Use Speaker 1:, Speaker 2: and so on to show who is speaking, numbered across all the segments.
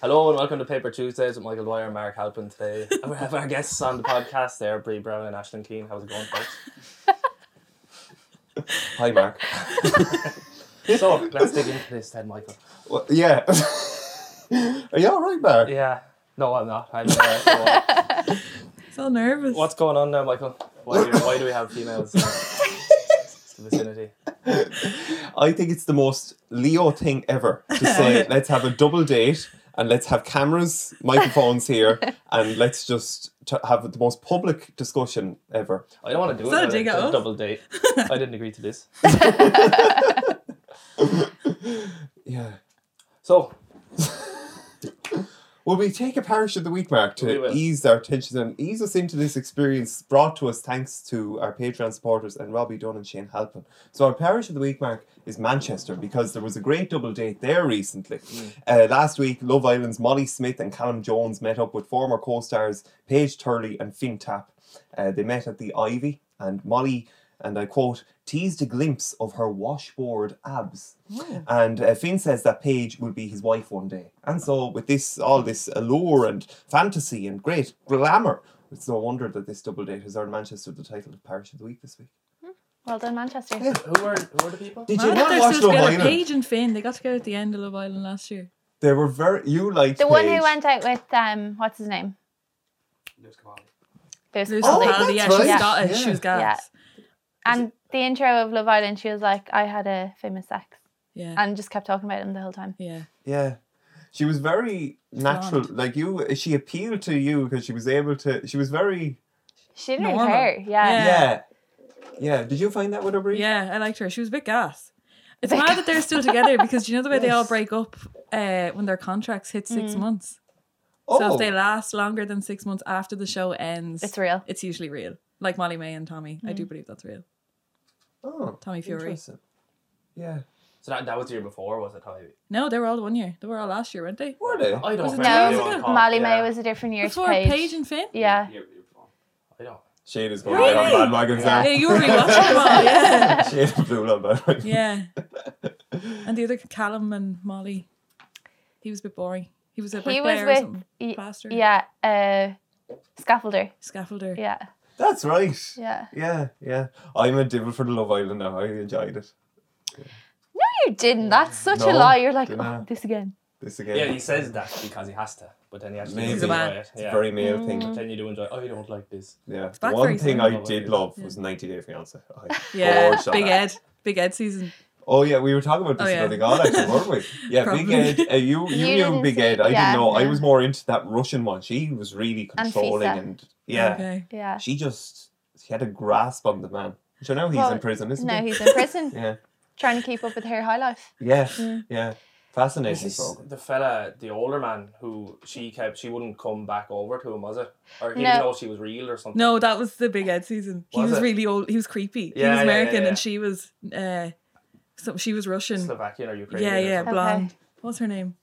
Speaker 1: Hello and welcome to Paper Tuesdays with Michael Dwyer and Mark Halpin today. and we have our guests on the podcast there, Bree Brown and Ashton Keane. How's it going, folks?
Speaker 2: Hi, Mark.
Speaker 1: so let's dig into this then, Michael.
Speaker 2: Well, yeah. Are you all right, Mark?
Speaker 1: Yeah. No, I'm not. I'm uh, go on.
Speaker 3: So nervous.
Speaker 1: What's going on now, Michael? Why do, why do we have females in the vicinity?
Speaker 2: I think it's the most Leo thing ever to say, let's have a double date and let's have cameras, microphones here, and let's just t- have the most public discussion ever.
Speaker 1: I don't want to do
Speaker 3: Is
Speaker 1: it.
Speaker 3: that a
Speaker 1: now,
Speaker 3: dig
Speaker 1: it's
Speaker 3: at us?
Speaker 1: double date. I didn't agree to this.
Speaker 2: Yeah.
Speaker 1: So
Speaker 2: Will we take a parish of the week, Mark,
Speaker 1: We
Speaker 2: to
Speaker 1: will.
Speaker 2: ease our tensions and ease us into this experience brought to us thanks to our Patreon supporters and Robbie Dunn and Shane Halpin. So our parish of the week, Mark, is Manchester because there was a great double date there recently.
Speaker 1: Hmm.
Speaker 2: Uh, last week, Love Island's Molly Smith and Callum Jones met up with former co-stars Paige Turley and Finn Tapp. Uh, they met at the Ivy, and Molly, and I quote, teased a glimpse of her washboard abs. And uh, Finn says that Paige will be his wife one day. And so, with this, all this allure and fantasy and great glamour, it's no wonder that this double date has earned Manchester the title of Parish of the Week this week.
Speaker 4: Well done, Manchester.
Speaker 1: who are who are the people?
Speaker 2: Did
Speaker 3: Mad
Speaker 2: you
Speaker 3: that
Speaker 2: not
Speaker 3: they're
Speaker 2: watch
Speaker 3: still
Speaker 2: Love
Speaker 3: together.
Speaker 2: Island?
Speaker 3: Paige and Finn, they got together at the end of Love Island last year.
Speaker 2: They were very. You liked
Speaker 4: The one
Speaker 2: Paige.
Speaker 4: who went out with um, what's his name? Lewis
Speaker 3: Lucy
Speaker 4: Capaldi.
Speaker 3: Capaldi,
Speaker 2: Oh, that's
Speaker 3: yeah, she was
Speaker 4: right.
Speaker 3: Scottish,
Speaker 2: Yeah.
Speaker 3: she was gas.
Speaker 4: And the intro of Love Island, she was like, "I had a famous sex,"
Speaker 3: Yeah. Yeah.
Speaker 4: and just kept talking about him the whole time.
Speaker 2: Yeah. She was very natural.
Speaker 3: Blonde.
Speaker 2: Like you, she appealed to you because she was able to. She was very.
Speaker 4: She didn't
Speaker 3: Normal.
Speaker 4: even care. Yeah.
Speaker 3: Yeah.
Speaker 2: Yeah. Yeah. Did you find that with her, Brie?
Speaker 3: Yeah, I liked her. She was a bit gas. It's
Speaker 4: Bit
Speaker 3: mad that they're still together because do you know the way they all
Speaker 2: Yes.
Speaker 3: break up uh, when their contracts hit six months?
Speaker 2: Oh.
Speaker 3: So if they last longer than six months after the show ends,
Speaker 4: It's real.
Speaker 3: It's usually real. Like Molly May and Tommy. I do believe that's real.
Speaker 2: oh.
Speaker 3: Tommy Fury.
Speaker 2: interesting. Yeah.
Speaker 1: So that, that was the year before, was it? Tommy?
Speaker 3: No, they were all one year. They were all last year, weren't they?
Speaker 2: Were they?
Speaker 1: I don't
Speaker 3: Was it
Speaker 1: remember.
Speaker 3: two
Speaker 1: who
Speaker 3: years ago?
Speaker 1: I'm
Speaker 4: No,
Speaker 1: called.
Speaker 4: Molly May
Speaker 1: Yeah.
Speaker 4: was a different year
Speaker 3: Before
Speaker 4: to Paige.
Speaker 3: Paige and Finn?
Speaker 4: yeah.
Speaker 1: I don't.
Speaker 2: Shane is going to
Speaker 3: Really?
Speaker 2: on bandwagons
Speaker 4: Yeah.
Speaker 3: Yeah,
Speaker 2: now.
Speaker 3: you were rewatching them all, yeah.
Speaker 2: Shane and Blue Love bandwagon.
Speaker 3: Yeah. And the other Callum and Molly. He was a bit boring. He was a
Speaker 4: He
Speaker 3: bricklayer
Speaker 4: was
Speaker 3: or
Speaker 4: with
Speaker 3: something.
Speaker 4: y-
Speaker 3: Plaster.
Speaker 4: yeah, uh, scaffolder.
Speaker 3: Scaffolder.
Speaker 4: Yeah,
Speaker 2: That's right.
Speaker 4: yeah.
Speaker 2: Yeah, yeah. I'm a devil for the Love Island now. I enjoyed it.
Speaker 4: You didn't. That's such a
Speaker 2: No,
Speaker 4: lie. You're like,
Speaker 2: didn't I?
Speaker 4: oh, this again.
Speaker 2: This
Speaker 1: Yeah.
Speaker 2: again.
Speaker 1: he says that because he has to, but then he actually
Speaker 2: Maybe.
Speaker 1: does
Speaker 2: He's a
Speaker 1: enjoy
Speaker 3: man.
Speaker 1: it.
Speaker 2: It's a
Speaker 1: Yeah.
Speaker 2: very male thing.
Speaker 1: But
Speaker 3: Mm.
Speaker 1: then you do enjoy. Oh, you don't like this.
Speaker 2: Yeah. The
Speaker 3: back
Speaker 2: one
Speaker 3: very
Speaker 2: thing
Speaker 3: soon.
Speaker 2: I did love
Speaker 3: Yeah.
Speaker 2: was 90 Day Fiance. I
Speaker 3: Yeah,
Speaker 1: Oh,
Speaker 2: adored that.
Speaker 3: Big Ed. Big Ed season.
Speaker 2: Oh yeah, we were talking about this
Speaker 3: Oh,
Speaker 2: oh,
Speaker 3: yeah.
Speaker 2: the God actually, weren't we? Yeah, Big
Speaker 3: Probably.
Speaker 2: Ed. Uh, you you,
Speaker 4: You
Speaker 2: knew
Speaker 4: didn't
Speaker 2: Big
Speaker 4: see-
Speaker 2: Ed. I
Speaker 4: yeah,
Speaker 2: didn't know. I
Speaker 4: no.
Speaker 2: was more into that Russian one. She was really
Speaker 4: And
Speaker 2: controlling
Speaker 4: Fisa.
Speaker 2: and, yeah,
Speaker 3: Okay.
Speaker 4: Yeah.
Speaker 2: she just she had a grasp on the man. So now he's
Speaker 4: Well,
Speaker 2: in prison, isn't
Speaker 4: No,
Speaker 2: he?
Speaker 4: he's in prison
Speaker 2: Yeah,
Speaker 4: trying to keep up with her high life.
Speaker 2: yeah,
Speaker 4: Mm.
Speaker 2: yeah.
Speaker 1: Is
Speaker 2: Fascinating
Speaker 1: this
Speaker 2: program.
Speaker 1: the fella, the older man who she kept? She wouldn't come back over to him, was it? Or even
Speaker 4: No.
Speaker 1: though she was real or something.
Speaker 3: No, that was the Big Ed season. He
Speaker 1: Was
Speaker 3: was,
Speaker 1: it?
Speaker 3: really old. He was creepy.
Speaker 1: Yeah,
Speaker 3: he was
Speaker 1: yeah,
Speaker 3: American
Speaker 1: yeah, yeah.
Speaker 3: and she was uh so she was Russian.
Speaker 1: Slovakian or Ukrainian.
Speaker 3: yeah,
Speaker 1: or
Speaker 3: yeah,
Speaker 1: something.
Speaker 3: blonde. What was her name?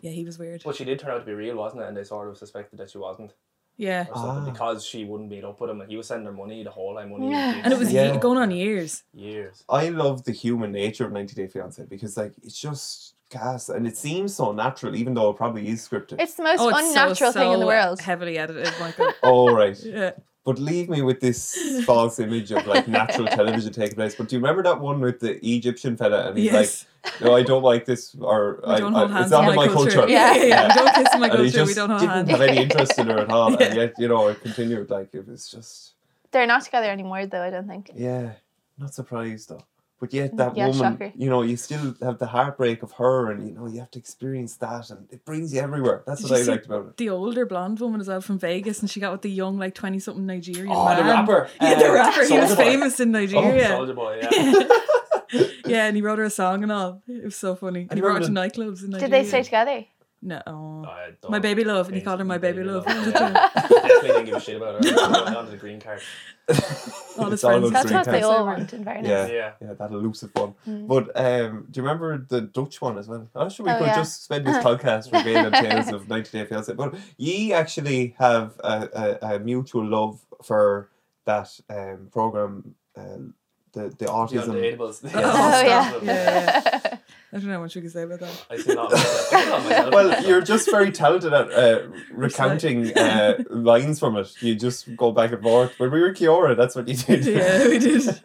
Speaker 3: Yeah, he was weird.
Speaker 1: But she did turn out to be real, wasn't it? And they sort of suspected that she wasn't
Speaker 3: Yeah.
Speaker 1: or something
Speaker 2: Ah.
Speaker 1: because she wouldn't meet up with him, and he was sending her money the whole time, money and gifts
Speaker 3: And it was
Speaker 2: Yeah.
Speaker 3: ye- going on years.
Speaker 1: years.
Speaker 2: I love the human nature of 90 Day Fiance because like it's just gas and it seems so natural, even though it probably is scripted.
Speaker 4: It's the most
Speaker 3: Oh, it's so,
Speaker 4: unnatural thing in the
Speaker 3: so
Speaker 4: world.
Speaker 3: Heavily edited, Oh Michael.
Speaker 2: All right.
Speaker 3: yeah.
Speaker 2: But leave me with this false image of like natural television taking place. But do you remember that one with the Egyptian fella and he's
Speaker 3: Yes.
Speaker 2: like, "No, I don't like this," or
Speaker 3: we
Speaker 2: I,
Speaker 3: don't
Speaker 2: I-
Speaker 3: hold hands
Speaker 2: "It's not
Speaker 3: in
Speaker 2: in my culture."
Speaker 3: Yeah, yeah, yeah.
Speaker 2: Yeah.
Speaker 3: We don't kiss in my
Speaker 2: And he
Speaker 3: culture.
Speaker 2: just
Speaker 3: We don't hold
Speaker 2: didn't
Speaker 3: hands.
Speaker 2: have any interest in her at all,
Speaker 3: Yeah.
Speaker 2: and yet you know it continued. Like it was just,
Speaker 4: They're not together anymore, though. I don't think.
Speaker 2: yeah, not surprised though. But yet that
Speaker 4: Yeah,
Speaker 2: woman,
Speaker 4: shocker.
Speaker 2: you know, you still have the heartbreak of her, and you know you have to experience that, and it brings you everywhere. That's
Speaker 3: Did
Speaker 2: what
Speaker 3: you
Speaker 2: I
Speaker 3: see
Speaker 2: liked about it.
Speaker 3: The older blonde woman as well from Vegas, and she got with the young, like 20 something Nigerian
Speaker 2: Oh,
Speaker 3: man.
Speaker 2: the rapper.
Speaker 3: Yeah, the
Speaker 2: Uh,
Speaker 3: rapper. He was
Speaker 1: Soulja Boy. Oh,
Speaker 3: famous in Nigeria.
Speaker 1: Soldier Boy, yeah.
Speaker 3: yeah, and he wrote her a song and all. It was so funny. And he brought her to nightclubs in Nigeria.
Speaker 4: Did they stay together?
Speaker 2: Oh,
Speaker 3: No.
Speaker 1: I don't
Speaker 3: My baby love, and he
Speaker 1: think
Speaker 3: called her my baby love.
Speaker 1: yeah. Definitely didn't give a shit about her. I'm on to the green card.
Speaker 3: All his
Speaker 2: It's all
Speaker 3: friends.
Speaker 2: on
Speaker 4: That's
Speaker 2: Green
Speaker 4: what they
Speaker 2: card.
Speaker 4: all want in fairness. Mm.
Speaker 2: Yeah.
Speaker 1: Yeah.
Speaker 2: Yeah, that elusive one. But um, do you remember the Dutch one as well? I'm sure we
Speaker 4: Oh,
Speaker 2: could
Speaker 4: yeah.
Speaker 2: just spend this podcast revealing tales of 90 Day Fiancé. But ye actually have a, a, a mutual love for that um, program, um the the
Speaker 1: The
Speaker 2: autism.
Speaker 1: undateables.
Speaker 3: Oh,
Speaker 4: yeah.
Speaker 3: Yeah.
Speaker 4: Yeah.
Speaker 3: I don't know what you can say about that.
Speaker 1: I see a lot of myself. I see a lot of myself in
Speaker 2: Well,
Speaker 1: that
Speaker 2: you're just very talented at uh, recounting uh, lines from it. You just go back and forth. When we were Kiora, that's what you did.
Speaker 3: yeah, we did.
Speaker 1: song.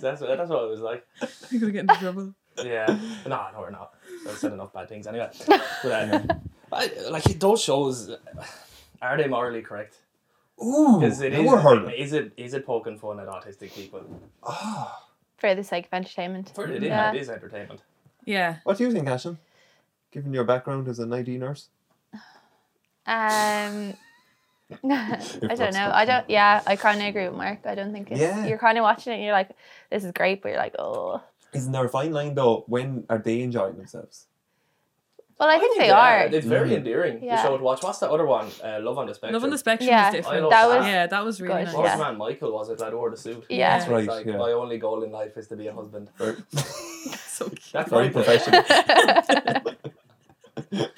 Speaker 1: That's what, that's what it was like.
Speaker 3: You're gonna get into trouble.
Speaker 1: Yeah. No, no, we're not. I've said enough bad things anyway. But, uh, I, like, those shows, uh, are they morally correct?
Speaker 2: Ooh,
Speaker 1: Is it,
Speaker 2: now we're hurling.
Speaker 1: is, it is it poking fun at autistic people?
Speaker 2: Ah.
Speaker 4: for the sake of entertainment.
Speaker 1: For it,
Speaker 4: Yeah.
Speaker 1: yeah. it is entertainment.
Speaker 3: Yeah.
Speaker 2: What do you think, Ashton? Given your background as an ID nurse,
Speaker 4: Um, I don't
Speaker 2: that's
Speaker 4: know.
Speaker 2: what
Speaker 4: I
Speaker 2: you-
Speaker 4: don't. Yeah, I kind of agree with Mark. I don't think it's,
Speaker 2: Yeah.
Speaker 4: you're kind of watching it. and You're like, this is great, but you're like, oh.
Speaker 2: isn't there a fine line though? When are they enjoying themselves?
Speaker 4: Well, I, think, they
Speaker 1: are.
Speaker 4: are.
Speaker 1: It's very
Speaker 2: Mhm.
Speaker 1: endearing.
Speaker 4: Yeah.
Speaker 1: The show to watch. What's that other one? Uh, Love on the Spectrum.
Speaker 3: Love on the spectrum
Speaker 4: Yeah.
Speaker 3: is different.
Speaker 1: I love
Speaker 4: that.
Speaker 3: yeah, that was really
Speaker 4: Good,
Speaker 1: What
Speaker 3: nice.
Speaker 1: was man Michael was it that wore the suit?
Speaker 4: Yeah. That's
Speaker 1: It's
Speaker 2: right,
Speaker 1: Like,
Speaker 2: yeah.
Speaker 1: My only goal in life is to be a husband.
Speaker 3: So cute.
Speaker 1: That's
Speaker 2: Very
Speaker 1: right, though.
Speaker 2: professional.
Speaker 1: know,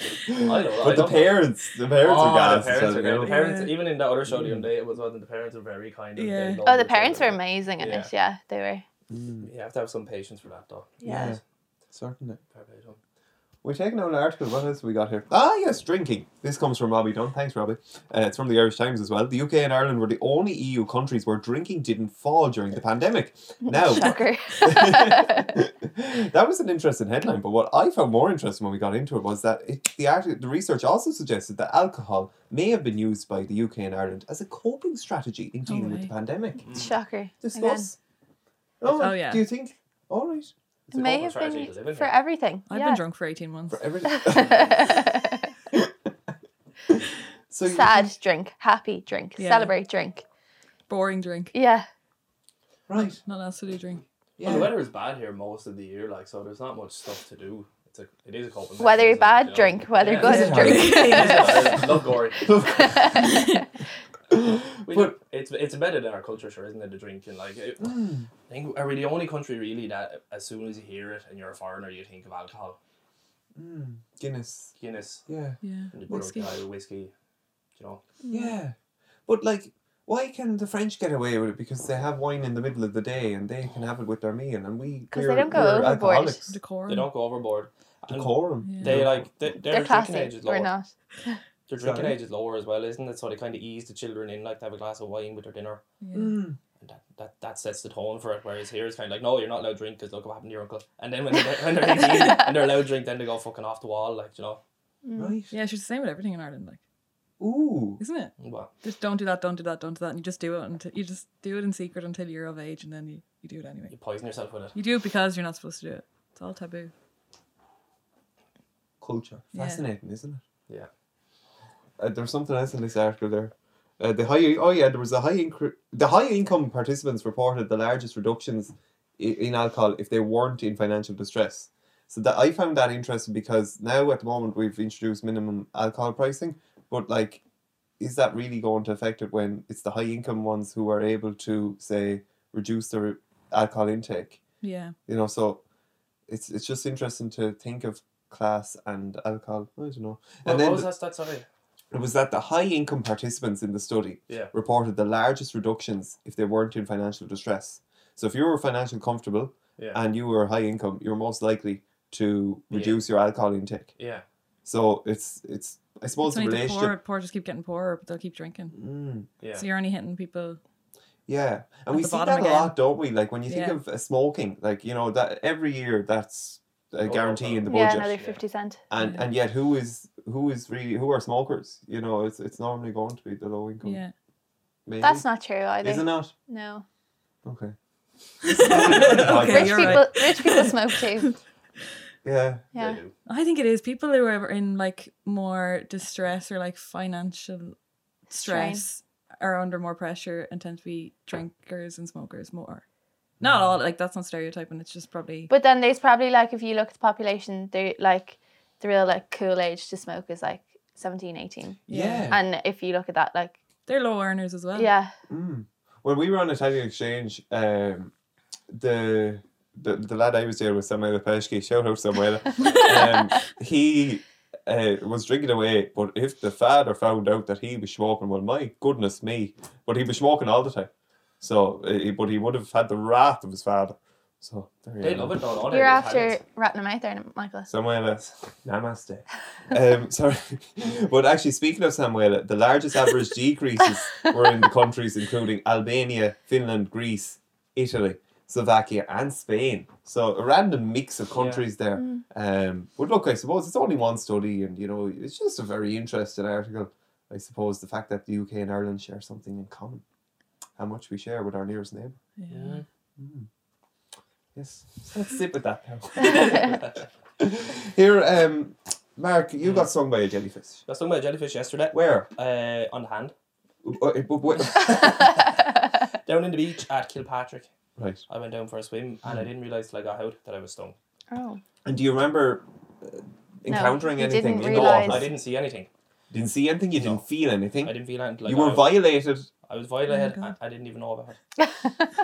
Speaker 2: but
Speaker 1: I
Speaker 2: the
Speaker 1: know.
Speaker 2: parents, the parents
Speaker 1: Oh,
Speaker 2: are gas.
Speaker 1: the parents, are great. The parents
Speaker 3: Yeah.
Speaker 1: even in that other show the
Speaker 2: Mm.
Speaker 1: other day, it was one the parents were very kind. And
Speaker 3: Yeah.
Speaker 1: they loved
Speaker 4: oh, the
Speaker 1: each
Speaker 4: parents were
Speaker 1: other.
Speaker 4: amazing in
Speaker 1: Yeah.
Speaker 4: it. Yeah, they were.
Speaker 1: You have to have some patience for that, though.
Speaker 4: Yeah.
Speaker 2: "Hmm, Yeah. certainly.
Speaker 1: Fair play to 'em.
Speaker 2: We're taking out an article. What else have we got here? Ah, yes, drinking. This comes from Robbie Dunn. Thanks, Robbie. Uh, it's from the Irish Times as well. The UK and Ireland were the only EU countries where drinking didn't fall during the pandemic. Now,
Speaker 4: Shocker. Oh.
Speaker 2: that was an interesting headline, but what I found more interesting when we got into it was that it, the arti- the research also suggested that alcohol may have been used by the UK and Ireland as a coping strategy in dealing with the
Speaker 3: right.
Speaker 2: pandemic.
Speaker 4: Mm. Shocker. Again.
Speaker 2: Discuss. Oh,
Speaker 3: Oh, yeah.
Speaker 2: Do you think? All right.
Speaker 1: It's
Speaker 4: It
Speaker 1: a
Speaker 4: may
Speaker 1: coping
Speaker 4: have
Speaker 1: strategy
Speaker 4: been
Speaker 1: to live in
Speaker 4: for
Speaker 1: here.
Speaker 4: everything.
Speaker 3: I've
Speaker 4: yeah.
Speaker 3: been drunk for 18 months.
Speaker 2: For everything. so you
Speaker 4: Sad
Speaker 2: think-
Speaker 4: drink, happy drink,
Speaker 3: Yeah.
Speaker 4: celebrate drink.
Speaker 3: Boring drink.
Speaker 4: Yeah.
Speaker 2: Right.
Speaker 3: Nothing else to do drink.
Speaker 1: Well, the
Speaker 2: Yeah.
Speaker 1: weather is bad here most of the year, like so. There's not much stuff to do. It's a, it is a coping.
Speaker 4: Whether
Speaker 1: mechanism,
Speaker 4: bad,
Speaker 1: you know.
Speaker 4: drink. Whether
Speaker 1: Yeah.
Speaker 4: good,
Speaker 2: Yeah.
Speaker 4: drink.
Speaker 1: I love Gory.
Speaker 2: Hmm,
Speaker 1: We-
Speaker 2: But-
Speaker 1: it's it's embedded in our culture, sure, isn't it? The drinking, like, it, I think are we the only country really that as soon as you hear it and you're a foreigner, you think of alcohol,
Speaker 2: Mm, Guinness.
Speaker 1: Guinness,
Speaker 2: Yeah.
Speaker 3: Yeah.
Speaker 1: and the good
Speaker 3: Whiskey.
Speaker 1: old guy, whiskey. You know,
Speaker 2: Yeah. But like, why can the French get away with it? Because they have wine in the middle of the day and they can have it with their meal, and we
Speaker 4: 'Cause they
Speaker 2: we're-
Speaker 4: don't go
Speaker 2: we're
Speaker 4: overboard.
Speaker 2: alcoholics.
Speaker 3: Decorum.
Speaker 1: they don't go overboard. And
Speaker 2: Decorum.
Speaker 3: Yeah.
Speaker 1: They like they, their
Speaker 4: They're
Speaker 1: drinking age
Speaker 4: classy.
Speaker 1: is
Speaker 4: We're
Speaker 1: lower.
Speaker 4: not.
Speaker 1: Their drinking
Speaker 2: Sorry?
Speaker 1: age is lower as well, isn't it? So they kind of ease the children in, like to have a glass of wine with their dinner.
Speaker 3: Yeah.
Speaker 2: Mm.
Speaker 1: And that, that, that sets the tone for it. Whereas here it's kind of like, no, you're not allowed to drink because look what happened to your uncle. And then when they're, when they're 18 and they're allowed to drink, then they go fucking off the wall, like, you know.
Speaker 2: Right.
Speaker 3: Yeah, she's the same with everything in Ireland, like,
Speaker 2: Ooh.
Speaker 3: isn't it?
Speaker 1: Well,
Speaker 3: Just don't do that, don't do that, don't do that, and you just do it until you just do it in secret until you're of age, and then you, you do it anyway.
Speaker 1: you poison yourself with it.
Speaker 3: You do it because you're not supposed to do it. It's all taboo.
Speaker 2: culture.
Speaker 3: Yeah.
Speaker 2: Fascinating, isn't it?
Speaker 1: Yeah.
Speaker 2: Uh, there was something else in this article there. Uh, the high, oh yeah, there was a high incre- The high income participants reported the largest reductions i- in alcohol if they weren't in financial distress. So that I found that interesting because now at the moment we've introduced minimum alcohol pricing, but like, is that really going to affect it when it's the high income ones who are able to say reduce their alcohol intake?
Speaker 3: Yeah.
Speaker 2: you know so it's it's just interesting to think of class and alcohol i don't know
Speaker 1: Well,
Speaker 2: and
Speaker 1: what
Speaker 2: then
Speaker 1: was that, stat, sorry?
Speaker 2: it was that the high income participants in the study
Speaker 1: Yeah.
Speaker 2: reported the largest reductions if they weren't in financial distress so if you were financially comfortable
Speaker 1: Yeah.
Speaker 2: and you were high income you're most likely to
Speaker 1: Yeah.
Speaker 2: reduce your alcohol intake
Speaker 1: yeah.
Speaker 2: so it's it's i suppose
Speaker 3: It's
Speaker 2: the
Speaker 3: only the poor,
Speaker 2: relationship
Speaker 3: poor just keep getting poorer, but they'll keep drinking.
Speaker 2: Mm.
Speaker 1: Yeah.
Speaker 3: So you're only hitting people.
Speaker 2: Yeah, and
Speaker 3: At
Speaker 2: we
Speaker 3: the
Speaker 2: see
Speaker 3: bottom
Speaker 2: that a
Speaker 3: again.
Speaker 2: lot, don't we? Like when you think
Speaker 3: Yeah.
Speaker 2: of uh, smoking, like you know that every year that's a
Speaker 1: Oh,
Speaker 2: guarantee in the
Speaker 4: Yeah,
Speaker 2: budget,
Speaker 4: another
Speaker 1: Yeah.
Speaker 4: 50 cent.
Speaker 2: and
Speaker 3: Yeah.
Speaker 2: and yet who is who is really who are smokers? You know, it's it's normally going to be the low income.
Speaker 3: Yeah.
Speaker 2: maybe.
Speaker 4: That's not true either.
Speaker 2: is it not
Speaker 4: No.
Speaker 2: okay?
Speaker 3: Okay,
Speaker 4: rich
Speaker 3: you're
Speaker 4: people
Speaker 3: right.
Speaker 4: rich people smoke too.
Speaker 2: Yeah,
Speaker 4: Yeah.
Speaker 1: They do.
Speaker 3: I think it is people who are in like more distress or like financial
Speaker 4: Strain.
Speaker 3: stress are under more pressure and tend to be drinkers and smokers more. Not all like that's not stereotyping. It's just probably
Speaker 4: But then there's probably like if you look at the population, they like the real like cool age to smoke is like 17, 18.
Speaker 2: yeah.
Speaker 4: And if you look at that like
Speaker 3: they're low earners as well.
Speaker 4: yeah,
Speaker 2: Mm. When we were on Italian exchange, um, the, the the lad I was there with, Samuel Pesci, shout out Samuel, um, he uh, was drinking away. But if the father found out that he was smoking, well, my goodness eh, me! But he was smoking all the time. So, uh, but he would have had the wrath of his father. So there you
Speaker 1: They
Speaker 2: go.
Speaker 1: love it though. don't they?
Speaker 4: You're
Speaker 1: The
Speaker 4: after
Speaker 1: Italians.
Speaker 4: ratting them out there, Michael.
Speaker 2: Samuelas, namaste. Um, sorry, but actually, speaking of Samuela, the largest average decreases were in the countries including Albania, Finland, Greece, Italy, Slovakia, and Spain. So a random mix of countries there.
Speaker 4: Mm.
Speaker 2: Um, but look, I suppose it's only one study, and you know, it's just a very interesting article. I suppose the fact that the UK and Ireland share something in common, how much we share with our nearest neighbour.
Speaker 3: Yeah.
Speaker 2: Yes, let's sit with that now. Here, um, Mark, you got stung by a jellyfish.
Speaker 1: Got stung by a jellyfish yesterday.
Speaker 2: Where?
Speaker 1: Uh, on the hand.
Speaker 2: Uh, uh, but where-
Speaker 1: Down in the beach at Kilpatrick.
Speaker 2: Right.
Speaker 1: I went down for a swim and I didn't realise till I got out that I was stung.
Speaker 4: oh,
Speaker 2: And do you remember uh, encountering
Speaker 4: you
Speaker 2: anything
Speaker 4: didn't
Speaker 2: in the
Speaker 4: realise.
Speaker 1: I
Speaker 2: water?
Speaker 1: didn't see anything.
Speaker 2: Didn't see anything. You
Speaker 1: No.
Speaker 2: didn't feel anything.
Speaker 1: I didn't feel anything. Like,
Speaker 2: you were
Speaker 1: I,
Speaker 2: violated.
Speaker 1: I was violated.
Speaker 3: Oh my
Speaker 1: and I didn't even know about it.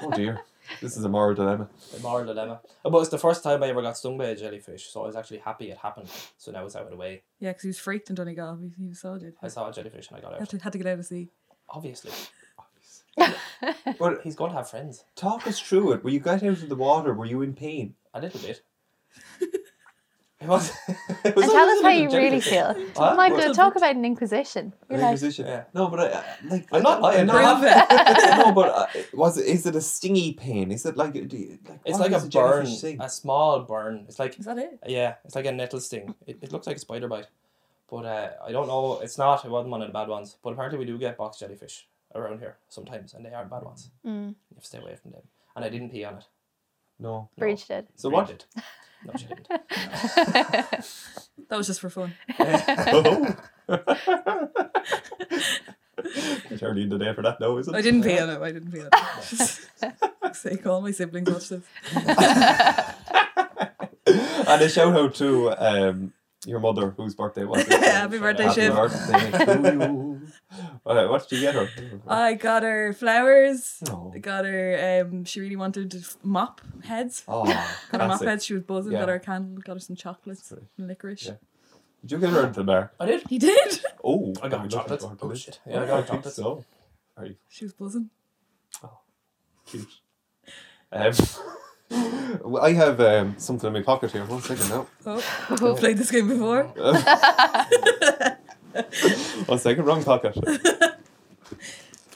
Speaker 2: Oh dear. This is a moral dilemma.
Speaker 1: The moral dilemma. But it's the first time I ever got stung by a jellyfish, so I was actually happy it happened. So now it's out of the way.
Speaker 3: Yeah, because he was freaked in Donegal. He, he was soldier.
Speaker 1: I saw a jellyfish and I got
Speaker 3: Had
Speaker 1: out.
Speaker 3: to, had to get out of sea.
Speaker 1: Obviously.
Speaker 2: But
Speaker 1: He's going to have friends.
Speaker 2: talk us through it. When you got out of the water, were you in pain?
Speaker 1: A little bit. It was.
Speaker 2: and
Speaker 4: and tell us how you really feel.
Speaker 1: Huh?
Speaker 4: Michael,
Speaker 1: Little
Speaker 4: talk about an inquisition. You're like,
Speaker 1: Yeah.
Speaker 2: No, but I, I- like
Speaker 1: I'm not lying.
Speaker 2: no,
Speaker 1: Prove
Speaker 2: no, but uh, was it? Is it a stingy pain? Is it like? Do you, like
Speaker 1: It's like
Speaker 2: what is
Speaker 1: a burn,
Speaker 2: jellyfish sting?
Speaker 1: a small burn. It's like
Speaker 3: Is that it?
Speaker 1: yeah, it's like a nettle sting. It, it looks like a spider bite, but uh, I don't know. It's not. It wasn't one of the bad ones. But apparently we do get box jellyfish around here sometimes, and they are bad ones.
Speaker 4: mm,
Speaker 1: You have to stay away from them. And I didn't pee on it.
Speaker 2: No.
Speaker 1: No.
Speaker 4: Breach did.
Speaker 2: So
Speaker 1: Bree
Speaker 2: what?
Speaker 1: Did. No, she didn't.
Speaker 3: That was just for fun.
Speaker 2: Oh. it's early in the day for that, though, isn't
Speaker 3: I
Speaker 2: it?
Speaker 3: didn't pee on it. I didn't pee on it. Say, all my siblings watch this.
Speaker 2: and a shout out to um, your mother, whose birthday was it?
Speaker 3: Happy birthday,
Speaker 2: Happy
Speaker 3: Shiv.
Speaker 2: birthday to you. Uh, what did you get her?
Speaker 3: I got her flowers.
Speaker 2: Oh.
Speaker 3: I got her. Um, she really wanted f- mop heads.
Speaker 2: Oh,
Speaker 3: Got her mop
Speaker 2: classic.
Speaker 3: heads. She was buzzing.
Speaker 2: Yeah.
Speaker 3: Got her a candle. Got her some chocolates
Speaker 2: Sorry.
Speaker 3: and licorice.
Speaker 2: Yeah. Did you get her into the bar?
Speaker 1: I did.
Speaker 3: He did.
Speaker 2: Oh,
Speaker 1: I got her
Speaker 2: I'm looking
Speaker 1: chocolates.
Speaker 2: forward to
Speaker 1: Oh
Speaker 2: this.
Speaker 1: shit. Yeah, I got her
Speaker 2: think
Speaker 1: chocolates.
Speaker 2: So. Very
Speaker 3: She was buzzing.
Speaker 2: cute. Um, well, I have um, something in my pocket here. One second now.
Speaker 3: Oh, we've played this game before. Oh,
Speaker 2: One second, wrong pocket.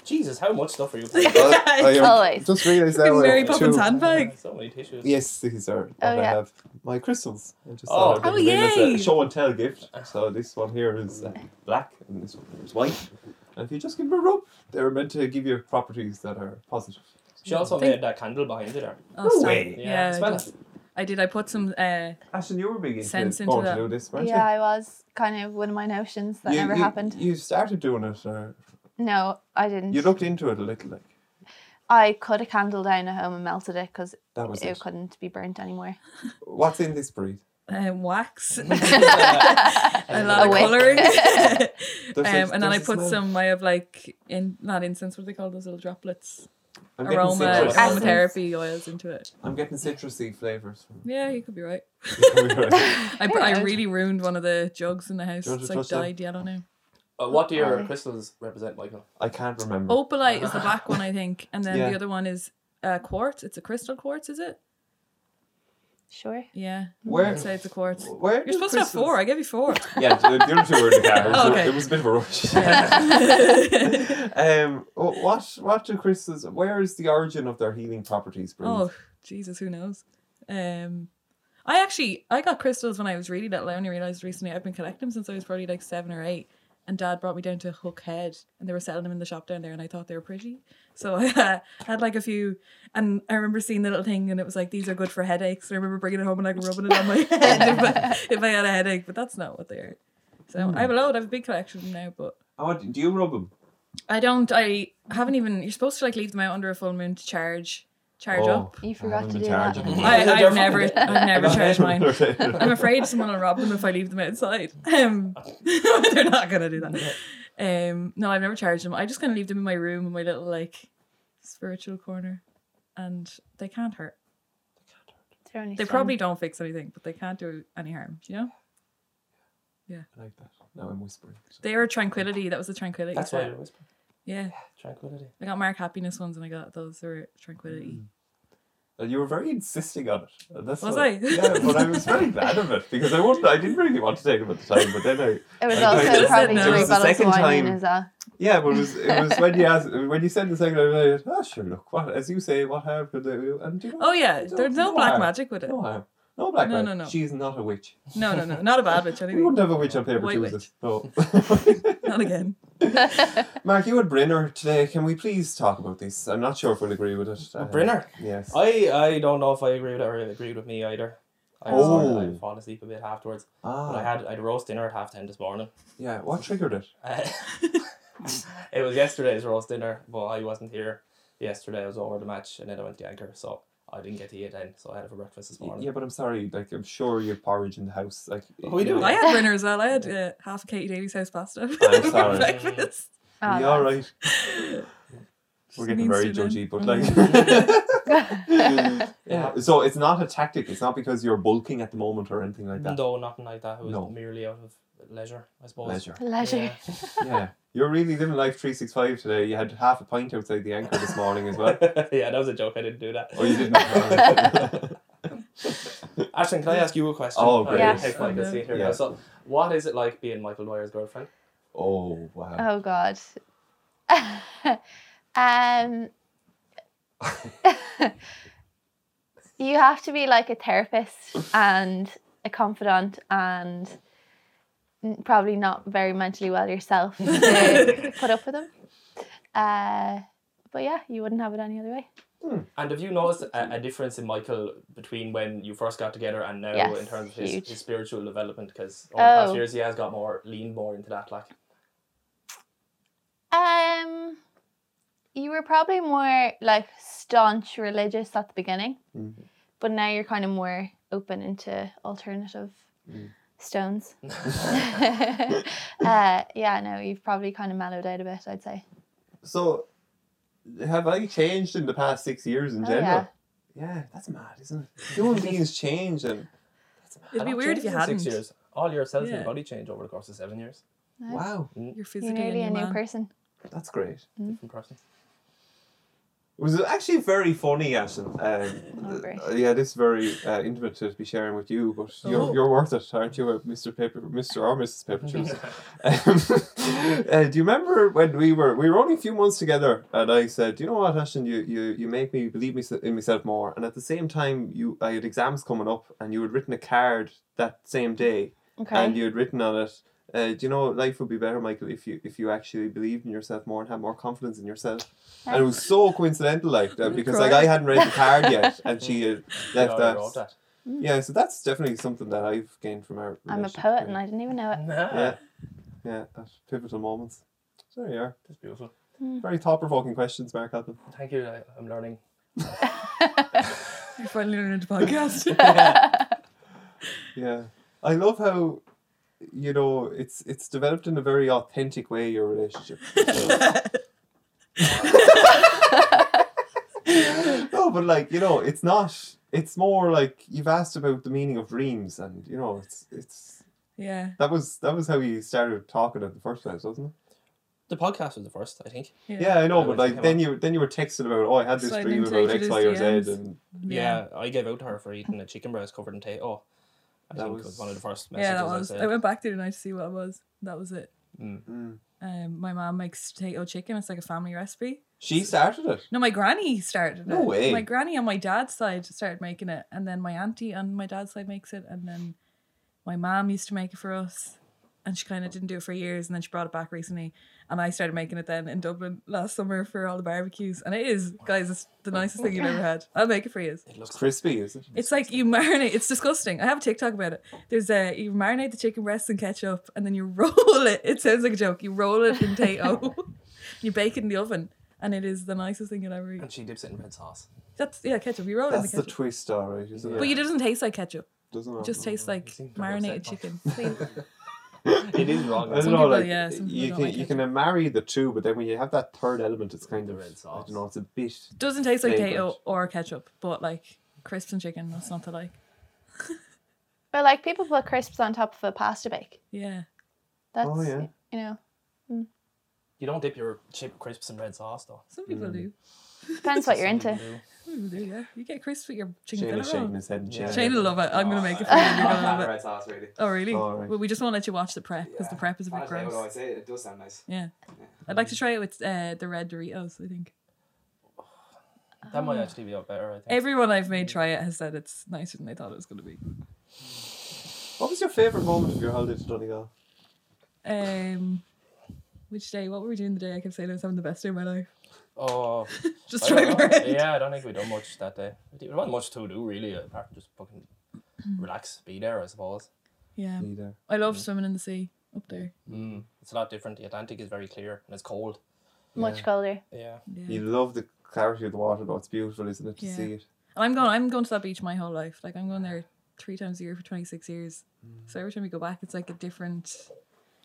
Speaker 1: Jesus, how much stuff are you?
Speaker 2: I, um,
Speaker 4: Always.
Speaker 2: Just realised now.
Speaker 3: In
Speaker 2: I have
Speaker 3: Mary Poppins
Speaker 2: two-
Speaker 3: handbag.
Speaker 1: so many tissues.
Speaker 2: Yes, these are what
Speaker 4: Oh,
Speaker 2: I
Speaker 4: yeah.
Speaker 2: have. My crystals. I just
Speaker 1: Oh.
Speaker 2: thought I'd
Speaker 3: Oh,
Speaker 2: bring them in as a
Speaker 3: yay.
Speaker 2: show and tell gift. So this one here is uh, black and this one here is white. And if you just give them a rub, they're meant to give you properties that are positive.
Speaker 3: Hmm.
Speaker 1: She also
Speaker 3: Think-
Speaker 1: made that candle behind you there.
Speaker 3: Oh,
Speaker 2: No
Speaker 3: stop.
Speaker 2: way.
Speaker 1: Yeah,
Speaker 3: Yeah, I
Speaker 1: smell
Speaker 3: did. I did. I put some. Uh,
Speaker 2: Ashton, you were big into
Speaker 3: Sense into
Speaker 2: going
Speaker 3: that.
Speaker 2: to do this, weren't
Speaker 4: yeah,
Speaker 2: you?
Speaker 4: I was kind of one of my notions that
Speaker 2: you,
Speaker 4: never
Speaker 2: you,
Speaker 4: happened.
Speaker 2: You started doing it. Uh,
Speaker 4: no, I didn't.
Speaker 2: you
Speaker 3: Mm.
Speaker 2: looked into it a little, like
Speaker 4: I cut a candle down at home and melted it because
Speaker 2: that was
Speaker 4: it,
Speaker 2: it.
Speaker 4: couldn't be burnt anymore.
Speaker 2: What's in this breed?
Speaker 3: um, wax.
Speaker 1: A
Speaker 3: a lot
Speaker 4: A
Speaker 3: of
Speaker 4: wick.
Speaker 3: colouring. um,
Speaker 2: There's a-
Speaker 3: and then
Speaker 2: there's
Speaker 3: I
Speaker 2: a
Speaker 3: put
Speaker 2: smell.
Speaker 3: some. I have like in not incense. What do they call those little droplets?
Speaker 2: I'm getting
Speaker 3: Aroma
Speaker 2: citrus.
Speaker 4: Essence.
Speaker 3: aromatherapy oils into it.
Speaker 2: I'm getting citrusy flavors. From
Speaker 3: Yeah, you could be right. I,
Speaker 4: Very
Speaker 3: I
Speaker 4: good.
Speaker 3: really ruined one of the jugs in the house.
Speaker 2: Do you want to
Speaker 3: It's like
Speaker 2: touch them?
Speaker 3: dyed yellow now.
Speaker 1: Uh, what do your
Speaker 4: Aye.
Speaker 1: crystals represent, Michael?
Speaker 2: I can't remember.
Speaker 3: Opalite is the black one, I think, and then
Speaker 2: Yeah.
Speaker 3: the other one is uh, quartz. It's a crystal quartz, is it?
Speaker 4: Sure.
Speaker 3: Yeah,
Speaker 2: Where?
Speaker 3: I'd say it's a quartz.
Speaker 2: Where?
Speaker 3: You're
Speaker 2: do
Speaker 3: supposed to have
Speaker 2: crystals-
Speaker 3: four. I gave you four.
Speaker 2: Yeah, the the other two were in the car. It was,
Speaker 3: Oh,
Speaker 2: a-
Speaker 3: okay.
Speaker 2: it was a bit of a rush.
Speaker 3: Yeah.
Speaker 2: um, wh- what what do crystals? Where is the origin of their healing properties? Breed?
Speaker 3: oh Jesus, who knows? Um, I actually I got crystals when I was really little. I only realized recently I've been collecting them since I was probably like seven or eight. And Dad brought me down to Hook Head, and they were selling them in the shop down there, and I thought they were pretty. So I uh, had like a few, and I remember seeing the little thing, and it was like these are good for headaches. And I remember bringing it home and like rubbing it on my head if I, if I had a headache, but that's not what they are. So I have a load. I have a big collection of them now, but
Speaker 2: Oh, do you rub them?
Speaker 3: I don't. I haven't even. You're supposed to like leave them out under a full moon to charge, charge
Speaker 2: oh,
Speaker 3: up.
Speaker 4: You
Speaker 2: I
Speaker 4: forgot
Speaker 2: haven't
Speaker 4: to
Speaker 2: been
Speaker 4: do that.
Speaker 2: charging them.
Speaker 3: I, I've never, I've never
Speaker 2: I've
Speaker 3: charged mine.
Speaker 2: never charged
Speaker 3: I'm
Speaker 2: mine.
Speaker 3: afraid someone will rob them if I leave them outside. Um, they're not gonna do that. Um, no, I've never charged them. I just kind of leave them in my room, in my little like spiritual corner, and they can't hurt.
Speaker 4: They're only
Speaker 3: They
Speaker 4: slim.
Speaker 3: probably don't fix anything, but they can't do any harm. You know,
Speaker 2: I like that. Now I'm whispering.
Speaker 3: they are tranquility. That was the tranquility.
Speaker 1: That's why
Speaker 3: set.
Speaker 1: you whisper.
Speaker 3: Yeah,
Speaker 1: Tranquility.
Speaker 3: I got Mark happiness ones, and I got those were tranquility.
Speaker 2: And you were very insisting on it. And that's
Speaker 3: Was
Speaker 2: what-
Speaker 3: I?
Speaker 2: Yeah, but I was very glad of it because I wouldn't. I didn't really want to take them at the time, but then I.
Speaker 4: It
Speaker 2: I
Speaker 4: was
Speaker 3: think
Speaker 4: also
Speaker 3: it's-
Speaker 4: probably
Speaker 3: It
Speaker 4: three
Speaker 3: was
Speaker 2: the
Speaker 4: bottles of
Speaker 2: second
Speaker 4: wine in
Speaker 2: time-
Speaker 4: as well.
Speaker 2: Yeah, but it was it was when you asked when you said the second, I was like, oh sure, look what as you say, what harm could they do? And do you know,
Speaker 3: Oh yeah,
Speaker 2: No,
Speaker 3: there's no
Speaker 2: no
Speaker 3: black
Speaker 2: harm.
Speaker 3: magic with it.
Speaker 2: no harm, no black
Speaker 3: No,
Speaker 2: man.
Speaker 3: no, no.
Speaker 2: She is not a witch.
Speaker 3: No, no, no, not a bad witch
Speaker 2: We
Speaker 3: anyway.
Speaker 2: wouldn't have a witch on paper,
Speaker 3: White
Speaker 2: chooses.
Speaker 3: witch.
Speaker 2: No.
Speaker 3: Not again.
Speaker 2: Mark, you and Brinner today. Can we please talk about this? I'm not sure if we'll agree with it. Uh,
Speaker 1: Brinner.
Speaker 2: Yes.
Speaker 1: Oh, I, I don't know if I agree with it or agreed with me either. I was
Speaker 2: Oh.
Speaker 1: sort of- I'd fallen asleep a bit afterwards. But
Speaker 3: Oh.
Speaker 1: I
Speaker 2: ah,
Speaker 1: had I'd roast dinner at half ten this morning.
Speaker 2: yeah. What triggered it?
Speaker 1: Uh, it was yesterday's roast dinner, but I wasn't here yesterday. I was over the match, and then I went to anchor, so I didn't get to eat then. So I had it for breakfast this morning.
Speaker 2: Yeah, but I'm sorry. Like, I'm sure you have porridge in the house. Like,
Speaker 1: Oh, we
Speaker 2: you
Speaker 1: do,
Speaker 2: know,
Speaker 3: I had dinner as well. I had uh, half a Katie Davies house pasta for
Speaker 2: sorry.
Speaker 3: breakfast.
Speaker 4: Ah,
Speaker 2: you
Speaker 4: no.
Speaker 2: all right? We're getting very
Speaker 3: Means to Mm. them.
Speaker 2: judgy, but like, yeah.
Speaker 1: Yeah.
Speaker 2: So it's not a tactic. It's not because you're bulking at the moment or anything like that.
Speaker 1: No, nothing like that. It was
Speaker 2: No.
Speaker 1: merely out of leisure, I suppose.
Speaker 2: Leisure.
Speaker 4: Leisure.
Speaker 1: Yeah.
Speaker 2: yeah. You're really living life 365 today. You had half a pint outside the anchor this morning as well.
Speaker 1: yeah, that was a joke. I didn't do that.
Speaker 2: Oh, you didn't.
Speaker 1: Ashton, can I ask you a question?
Speaker 2: Oh, great.
Speaker 1: Yeah.
Speaker 4: Yeah.
Speaker 1: Take like a seat here. now.
Speaker 2: Yeah.
Speaker 1: So, what is it like being Michael Dwyer's girlfriend?
Speaker 2: oh, wow.
Speaker 4: Oh God. um, you have to be like a therapist and a confidant and n- probably not very mentally well yourself to put up with them. Uh, but yeah, you wouldn't have it any other way.
Speaker 1: And have you noticed a, a difference in Michael between when you first got together and now
Speaker 4: Yes,
Speaker 1: in terms of his,
Speaker 4: huge.
Speaker 1: his spiritual development? Because over the past
Speaker 4: Oh.
Speaker 1: years he has got more leaned more into that. Like,
Speaker 4: Um, you were probably more like staunch religious at the beginning,
Speaker 2: Mhm.
Speaker 4: but now you're kind of more open into alternative
Speaker 2: Mm.
Speaker 4: stones. uh, yeah, no, you've probably kind of mellowed out a bit, I'd say.
Speaker 2: So, have I changed in the past six years in
Speaker 4: Oh,
Speaker 2: general? Yeah. that's mad, isn't it? Human beings change and.
Speaker 3: It'd be
Speaker 1: I've
Speaker 3: weird
Speaker 1: changed
Speaker 3: if you
Speaker 1: in
Speaker 3: hadn't.
Speaker 1: Six years, all yourself
Speaker 3: Yeah.
Speaker 1: and body change over the course of seven years.
Speaker 4: No,
Speaker 2: Wow,
Speaker 3: You're
Speaker 4: You're
Speaker 3: physically
Speaker 4: nearly
Speaker 3: a
Speaker 4: a new
Speaker 3: man.
Speaker 4: person.
Speaker 2: that's great.
Speaker 4: Mm-hmm.
Speaker 1: Different person.
Speaker 2: It was actually very funny, Ashton. Um,
Speaker 4: Oh, great.
Speaker 2: uh, yeah, this is very uh, intimate to be sharing with you, but
Speaker 3: Oh.
Speaker 2: you're, you're worth it, aren't you, uh, Mr. Paper, Mr. or Mrs. Paper Juice? um, uh, do you remember when we were we were only a few months together, and I said, "Do you know what, Ashton? You you, you make me believe me in myself more." And at the same time, you I had exams coming up, and you had written a card that same day,
Speaker 4: Okay.
Speaker 2: and you had written on it. Uh, do you know life would be better, Michael, if you if you actually believed in yourself more and had more confidence in yourself? And it was so coincidental, like that,
Speaker 3: I'm
Speaker 2: because
Speaker 3: crying.
Speaker 2: like I hadn't read the card yet, and she had
Speaker 1: You
Speaker 2: left
Speaker 1: already wrote
Speaker 2: that.
Speaker 1: that.
Speaker 2: Yeah, so that's definitely something that I've gained from our.
Speaker 4: I'm a
Speaker 2: relationship,
Speaker 4: poet
Speaker 2: yeah.
Speaker 4: and I didn't even know it.
Speaker 2: Yeah, yeah, at pivotal moments. So there you are.
Speaker 1: That's beautiful.
Speaker 4: Hmm.
Speaker 2: Very thought provoking questions, Mark Helpin.
Speaker 1: Thank you. I, I'm learning.
Speaker 3: You're finally learning to podcast.
Speaker 2: Yeah, I love how you know it's it's developed in a very authentic way your relationship. no, but like you know, it's not. It's more like you've asked about the meaning of dreams, and you know, it's it's
Speaker 3: yeah,
Speaker 2: that was that was how you started talking in the first place, wasn't it?
Speaker 1: The podcast was the first, I think.
Speaker 3: yeah,
Speaker 2: Yeah, I know,
Speaker 1: Yeah,
Speaker 2: but
Speaker 1: like,
Speaker 2: like
Speaker 1: come
Speaker 2: then you then you were texting about oh I had this
Speaker 3: Sliding
Speaker 2: dream
Speaker 3: into
Speaker 2: about
Speaker 3: each
Speaker 2: X,
Speaker 3: of
Speaker 2: Y, or
Speaker 3: these
Speaker 2: Z
Speaker 3: DMs.
Speaker 2: and
Speaker 1: Yeah. I gave out to her for eating a chicken breast covered in tato. I
Speaker 2: That
Speaker 1: think it
Speaker 2: was-
Speaker 1: was one of the first messages
Speaker 3: Yeah, that
Speaker 1: I
Speaker 3: was. I
Speaker 1: said.
Speaker 3: went back there tonight to see what it was. That was it.
Speaker 2: Mm.
Speaker 3: Um, my mom makes potato chicken. It's like a family recipe.
Speaker 2: she started it.
Speaker 3: No, my granny started
Speaker 2: No
Speaker 3: it.
Speaker 2: way.
Speaker 3: My granny on my dad's side started making it, and then my auntie on my dad's side makes it, and then my mom used to make it for us, and she kind of didn't do it for years, and then she brought it back recently, and I started making it then in Dublin last summer for all the barbecues, and it is, guys, it's the nicest thing you've ever had. I'll make it for you.
Speaker 1: It
Speaker 2: It's
Speaker 1: looks
Speaker 2: crispy, is it?
Speaker 3: It's like you marinate. It's disgusting. I have a TikTok about it. There's a you marinate the chicken breasts in ketchup, and then you roll it. It sounds like a joke. You roll it in tato. you bake it in the oven, and it is the nicest thing you'll ever eat.
Speaker 1: and she dips it in red sauce.
Speaker 3: That's yeah, ketchup. You roll it in the
Speaker 2: That's the
Speaker 3: ketchup,
Speaker 2: twist, alright, isn't
Speaker 1: Yeah.
Speaker 2: it?
Speaker 3: but it doesn't taste like ketchup.
Speaker 2: doesn't
Speaker 3: It
Speaker 2: it?
Speaker 3: just tastes like
Speaker 1: You seem to have
Speaker 3: marinated
Speaker 1: upset
Speaker 3: chicken.
Speaker 1: It is
Speaker 2: I
Speaker 1: wrong.
Speaker 2: don't
Speaker 1: that's
Speaker 3: Some
Speaker 2: know,
Speaker 3: people-
Speaker 2: like,
Speaker 3: yeah, some people
Speaker 2: you
Speaker 3: don't
Speaker 2: can
Speaker 3: like
Speaker 2: you
Speaker 3: it.
Speaker 2: can uh, marry the two, but then when you have that third element, it's kind
Speaker 1: The
Speaker 2: of
Speaker 1: red
Speaker 2: I
Speaker 1: sauce.
Speaker 2: don't know, it's a bit.
Speaker 3: doesn't taste like
Speaker 2: Flavored.
Speaker 3: tato or ketchup, but like crisps and chicken. That's not to like.
Speaker 4: but like people put crisps on top of a pasta bake.
Speaker 3: Yeah,
Speaker 4: That's,
Speaker 2: Oh, yeah.
Speaker 4: you know,
Speaker 1: You don't dip your chip crisps in red sauce though.
Speaker 3: some people do.
Speaker 2: Mm.
Speaker 4: depends what you're
Speaker 1: Some people
Speaker 4: into.
Speaker 1: do.
Speaker 3: Ooh, there you go. You get crisps with your chicken
Speaker 2: Shane is
Speaker 3: fillet
Speaker 2: shaking
Speaker 3: roll.
Speaker 2: his head and
Speaker 1: Yeah.
Speaker 2: shaking.
Speaker 3: Shane will love it. I'm gonna
Speaker 1: Oh,
Speaker 3: make it for
Speaker 1: I-
Speaker 3: you. You're
Speaker 1: I
Speaker 3: gonna
Speaker 1: love
Speaker 3: love it.
Speaker 1: red sauce, really.
Speaker 3: Oh really?
Speaker 2: All right.
Speaker 3: Well, we just won't let you watch the prep because the
Speaker 1: Yeah.
Speaker 3: prep is a bit
Speaker 1: Honestly, although I
Speaker 3: gross.
Speaker 1: say it, it does sound nice.
Speaker 3: Yeah. I'd like to try it with uh, the red Doritos. I think
Speaker 1: That might actually be out better, I think.
Speaker 3: everyone I've made try it has said it's nicer than they thought it was gonna be.
Speaker 2: What was your favourite moment of your holiday to Donegal?
Speaker 3: Um, which day? What were we doing the day? I kept saying I was having the best day of my life.
Speaker 1: oh,
Speaker 3: Just
Speaker 1: I don't
Speaker 3: driving
Speaker 1: know.
Speaker 3: around.
Speaker 1: Yeah, I don't think we done much that day. There wasn't much to do, really, apart from just fucking
Speaker 4: Mm.
Speaker 1: relax, be there, I suppose.
Speaker 3: Yeah.
Speaker 2: Neither.
Speaker 3: I love swimming in the sea up there.
Speaker 1: Mm. It's a lot different. The Atlantic is very clear and it's cold.
Speaker 4: Much
Speaker 2: Yeah.
Speaker 4: colder.
Speaker 1: Yeah.
Speaker 3: Yeah.
Speaker 2: You love the clarity of the water, though. It's beautiful, isn't it, to
Speaker 3: Yeah.
Speaker 2: see it?
Speaker 3: And I'm going. I'm going to that beach my whole life. Like I'm going there three times a year for 26 years. So every time we go back, it's like a different.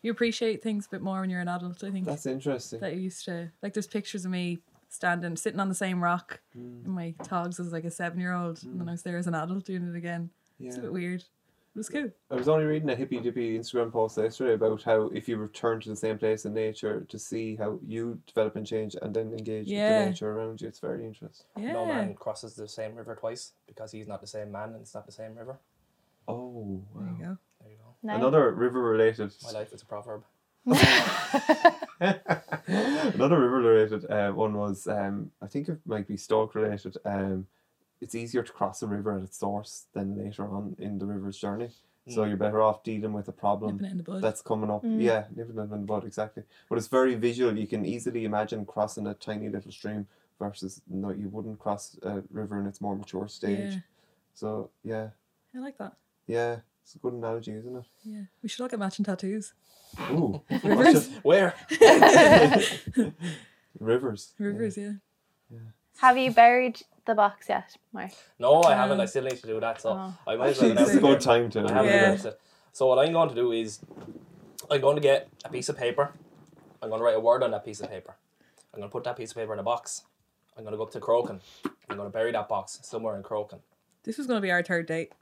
Speaker 3: You appreciate things a bit more when you're an adult. I think
Speaker 2: That's interesting.
Speaker 3: that you used to like. There's pictures of me standing, sitting on the same rock in my togs as like a seven year old, and then I was there as an adult doing it again.
Speaker 2: Yeah.
Speaker 3: It's a bit weird. But it's cool.
Speaker 2: I was only reading a hippy dippy Instagram post yesterday about how if you return to the same place in nature to see how you develop and change and then engage with
Speaker 3: Yeah.
Speaker 2: the nature around you, it's very interesting.
Speaker 3: Yeah.
Speaker 1: No man crosses the same river twice because he's not the same man and it's not the same river.
Speaker 2: Oh,
Speaker 3: there you go.
Speaker 1: There you go.
Speaker 4: Nice.
Speaker 2: Another river related.
Speaker 1: My life is a proverb.
Speaker 2: Another river related uh, one was um, I think it might be Stoke related. Um, it's easier to cross a river at its source than later on in the river's journey. So you're better off dealing with a problem
Speaker 3: Mm. Nipping it in the bud.
Speaker 2: that's coming up. Yeah, nipping it in the bud, exactly. But it's very visual. You can easily imagine crossing a tiny little stream versus no, you wouldn't cross a river in its more mature stage.
Speaker 3: Yeah.
Speaker 2: So yeah,
Speaker 3: I like that.
Speaker 2: yeah, it's a good analogy, isn't it?
Speaker 3: Yeah. We should all get matching tattoos.
Speaker 2: Ooh,
Speaker 3: Rivers.
Speaker 1: Where?
Speaker 2: rivers.
Speaker 3: Rivers, yeah.
Speaker 4: Have you buried the box yet, Mark?
Speaker 1: No, I haven't. I
Speaker 3: Um,
Speaker 1: still need to do that. So
Speaker 4: Oh.
Speaker 1: I might as well.
Speaker 2: Actually, this is a
Speaker 1: announce
Speaker 2: good
Speaker 1: it.
Speaker 2: time to.
Speaker 1: I haven't
Speaker 3: Yeah.
Speaker 1: announced it. So what I'm going to do is, I'm going to get a piece of paper. I'm going to write a word on that piece of paper. I'm going to put that piece of paper in a box. I'm going to go up to Croken. I'm going to bury that box somewhere in Croken.
Speaker 3: This was going to be our third date.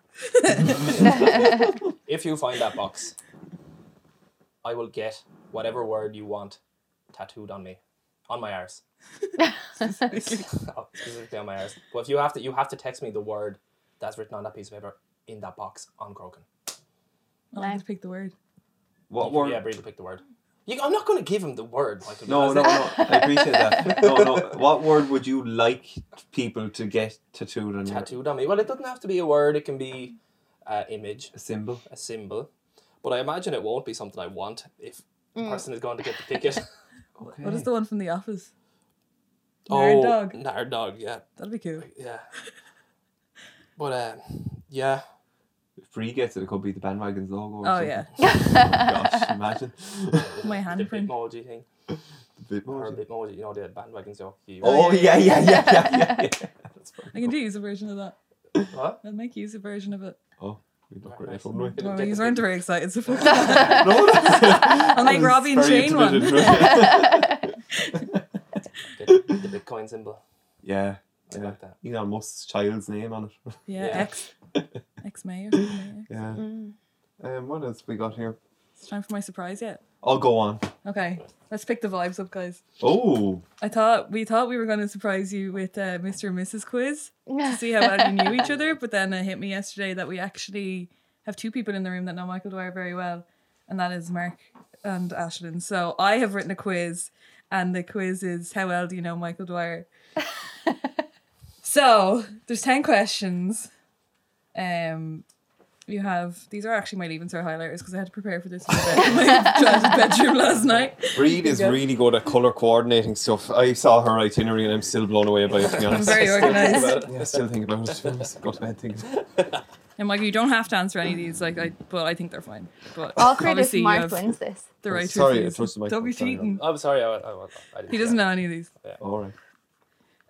Speaker 4: Mm.
Speaker 1: If you find that box, I will get whatever word you want tattooed on me, on my arse. Oh, specifically on my arse. But if you have to, you have to text me the word that's written on that piece of paper in that box on Croken.
Speaker 3: I'll have to pick the word.
Speaker 2: What
Speaker 1: You-
Speaker 2: word?
Speaker 1: Yeah, Brady picked the word. You, I'm not going to give him the word. Michael,
Speaker 2: no, no,
Speaker 1: because
Speaker 2: no. I appreciate that. No, no. What word would you like people to get tattooed on? your-
Speaker 1: tattooed on me. Well, it doesn't have to be a word. It can be an image,
Speaker 2: A symbol.
Speaker 1: a symbol. But I imagine it won't be something I want if the person is going to get the ticket.
Speaker 2: Okay.
Speaker 3: What is the one from The Office?
Speaker 1: Oh.
Speaker 3: Nerd dog.
Speaker 1: Nard dog. Yeah,
Speaker 3: That'd be cool.
Speaker 1: yeah. But um, yeah,
Speaker 2: If Bree gets it, it could be the bandwagon's logo. Or
Speaker 3: Oh,
Speaker 2: something.
Speaker 3: yeah.
Speaker 2: Gosh, imagine.
Speaker 3: My
Speaker 1: the
Speaker 3: handprint.
Speaker 1: bitmoji thing or
Speaker 2: Bitmoji.
Speaker 1: bitmoji. You know the bandwagon joke. You,
Speaker 2: Oh yeah, yeah, yeah, yeah, yeah. yeah. That's fine.
Speaker 3: I can do use a version of that.
Speaker 1: What?
Speaker 3: I'll make use a version of it.
Speaker 2: Oh, we'd look
Speaker 1: Right,
Speaker 2: great,
Speaker 1: nice.
Speaker 2: wouldn't we?
Speaker 1: It'll
Speaker 3: Well,
Speaker 1: get
Speaker 3: you
Speaker 1: the
Speaker 3: weren't
Speaker 1: ticket.
Speaker 3: very excited. So fuck that.
Speaker 2: No,
Speaker 3: I'll make Robbie and Shane one.
Speaker 1: Get the Bitcoin symbol.
Speaker 2: yeah,
Speaker 1: I
Speaker 2: yeah.
Speaker 1: like that.
Speaker 2: Elon Musk's child's name on it.
Speaker 3: Yeah,
Speaker 1: Yeah.
Speaker 3: ex. Ex May or something.
Speaker 2: Yeah. Um, what else we got here?
Speaker 3: It's time for my surprise yet.
Speaker 2: I'll go on.
Speaker 3: Okay, let's pick the vibes up, guys.
Speaker 2: Oh,
Speaker 3: I thought we thought we were going to surprise you with uh, Mr. and Mrs. quiz to see how well you knew each other, but then it hit me yesterday that we actually have two people in the room that know Michael Dwyer very well, and that is Mark and Ashlyn. So I have written a quiz, and the quiz is how well do you know Michael Dwyer? so there's ten questions. Um, you have these are actually my leaving star highlighters because I had to prepare for this in my bed- my childhood bedroom last night.
Speaker 2: Breed is really good at color coordinating stuff. I saw her itinerary and I'm still blown away by it. To be honest,
Speaker 3: very organised.
Speaker 2: Yeah, I still think about it. To be honest. Go to bed thinking. about it.
Speaker 3: And Michael, you don't have to answer any of these, like I, but I think they're fine. But
Speaker 4: I'll create if
Speaker 3: obviously you
Speaker 4: Mark
Speaker 3: have
Speaker 4: wins this.
Speaker 3: the right to
Speaker 2: Sorry, I
Speaker 3: refuse.
Speaker 2: touched the
Speaker 3: Don't be
Speaker 2: microphone, sorry.
Speaker 3: cheating.
Speaker 1: I'm Oh, sorry. I, I, I, I didn't
Speaker 3: He
Speaker 1: say
Speaker 3: doesn't
Speaker 1: that.
Speaker 3: know any of these.
Speaker 2: All right.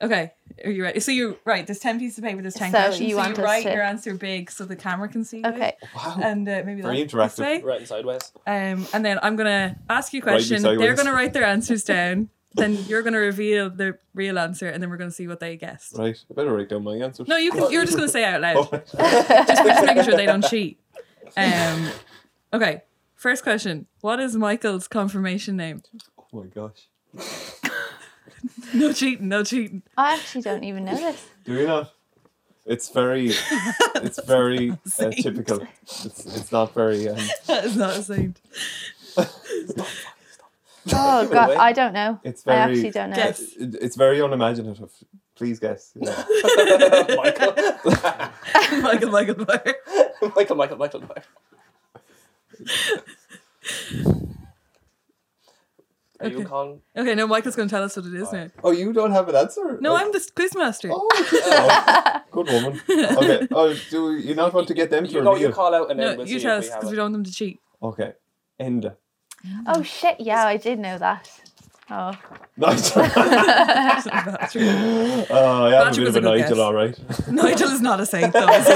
Speaker 3: Okay, are you right? So you're right. There's ten pieces of paper. There's ten
Speaker 4: So
Speaker 3: questions. so
Speaker 4: you want
Speaker 3: you
Speaker 4: us
Speaker 3: write
Speaker 4: to-
Speaker 3: your answer big so the camera can see. it.
Speaker 4: Okay.
Speaker 2: Wow.
Speaker 3: And uh, maybe
Speaker 2: Very
Speaker 3: that- this
Speaker 2: interactive.
Speaker 3: way.
Speaker 1: Right and sideways.
Speaker 3: Um, and then I'm gonna ask you a
Speaker 2: Write me
Speaker 3: question. They're
Speaker 2: sideways.
Speaker 3: gonna write their answers down. then you're gonna reveal the real answer, and then we're gonna see what they guessed.
Speaker 2: Right. I better write down my answer.
Speaker 3: No, you can. You're just gonna say out loud.
Speaker 2: Alright.
Speaker 3: just, we're just making sure they don't cheat. Um, okay. First question: What is Michael's confirmation name?
Speaker 2: Oh my gosh.
Speaker 3: No cheating, no cheating.
Speaker 4: I actually don't even know this.
Speaker 2: Do you not? It's very, it's very uh,
Speaker 3: Same.
Speaker 2: typical. It's, it's not very. Um,
Speaker 3: That is not a saint.
Speaker 4: Oh
Speaker 1: Give it
Speaker 4: god,
Speaker 1: away.
Speaker 4: I don't know.
Speaker 2: it's
Speaker 4: I
Speaker 2: very. uh,
Speaker 4: actually don't know.
Speaker 3: Guess.
Speaker 2: It, it's very unimaginative. Please guess. Yeah.
Speaker 1: Michael.
Speaker 3: Michael, Michael, Blair.
Speaker 1: Michael, Michael, Michael. Are you
Speaker 3: Okay.
Speaker 1: calling?
Speaker 3: Okay, now Michael's going to tell us what it is now.
Speaker 2: Oh, you don't have an answer?
Speaker 3: No,
Speaker 2: Oh,
Speaker 3: I'm the quiz master.
Speaker 2: Oh, oh, good woman. Okay. Oh, do you not want to get them to
Speaker 1: You know,
Speaker 2: reveal?
Speaker 1: you call out and then
Speaker 3: no,
Speaker 1: we'll
Speaker 3: you
Speaker 1: see
Speaker 3: tell
Speaker 1: if
Speaker 3: us
Speaker 1: we have
Speaker 3: because we
Speaker 1: it.
Speaker 3: don't want them to cheat.
Speaker 2: Okay. End.
Speaker 4: Oh shit, yeah, I did know that. Oh.
Speaker 2: Nice. oh,
Speaker 3: Bastard.
Speaker 2: yeah, I'm a
Speaker 3: Patrick
Speaker 2: bit
Speaker 3: was
Speaker 2: of
Speaker 3: a
Speaker 2: a
Speaker 3: good
Speaker 2: Nigel,
Speaker 3: guess.
Speaker 2: all right.
Speaker 3: Nigel is not a saint, though. is he?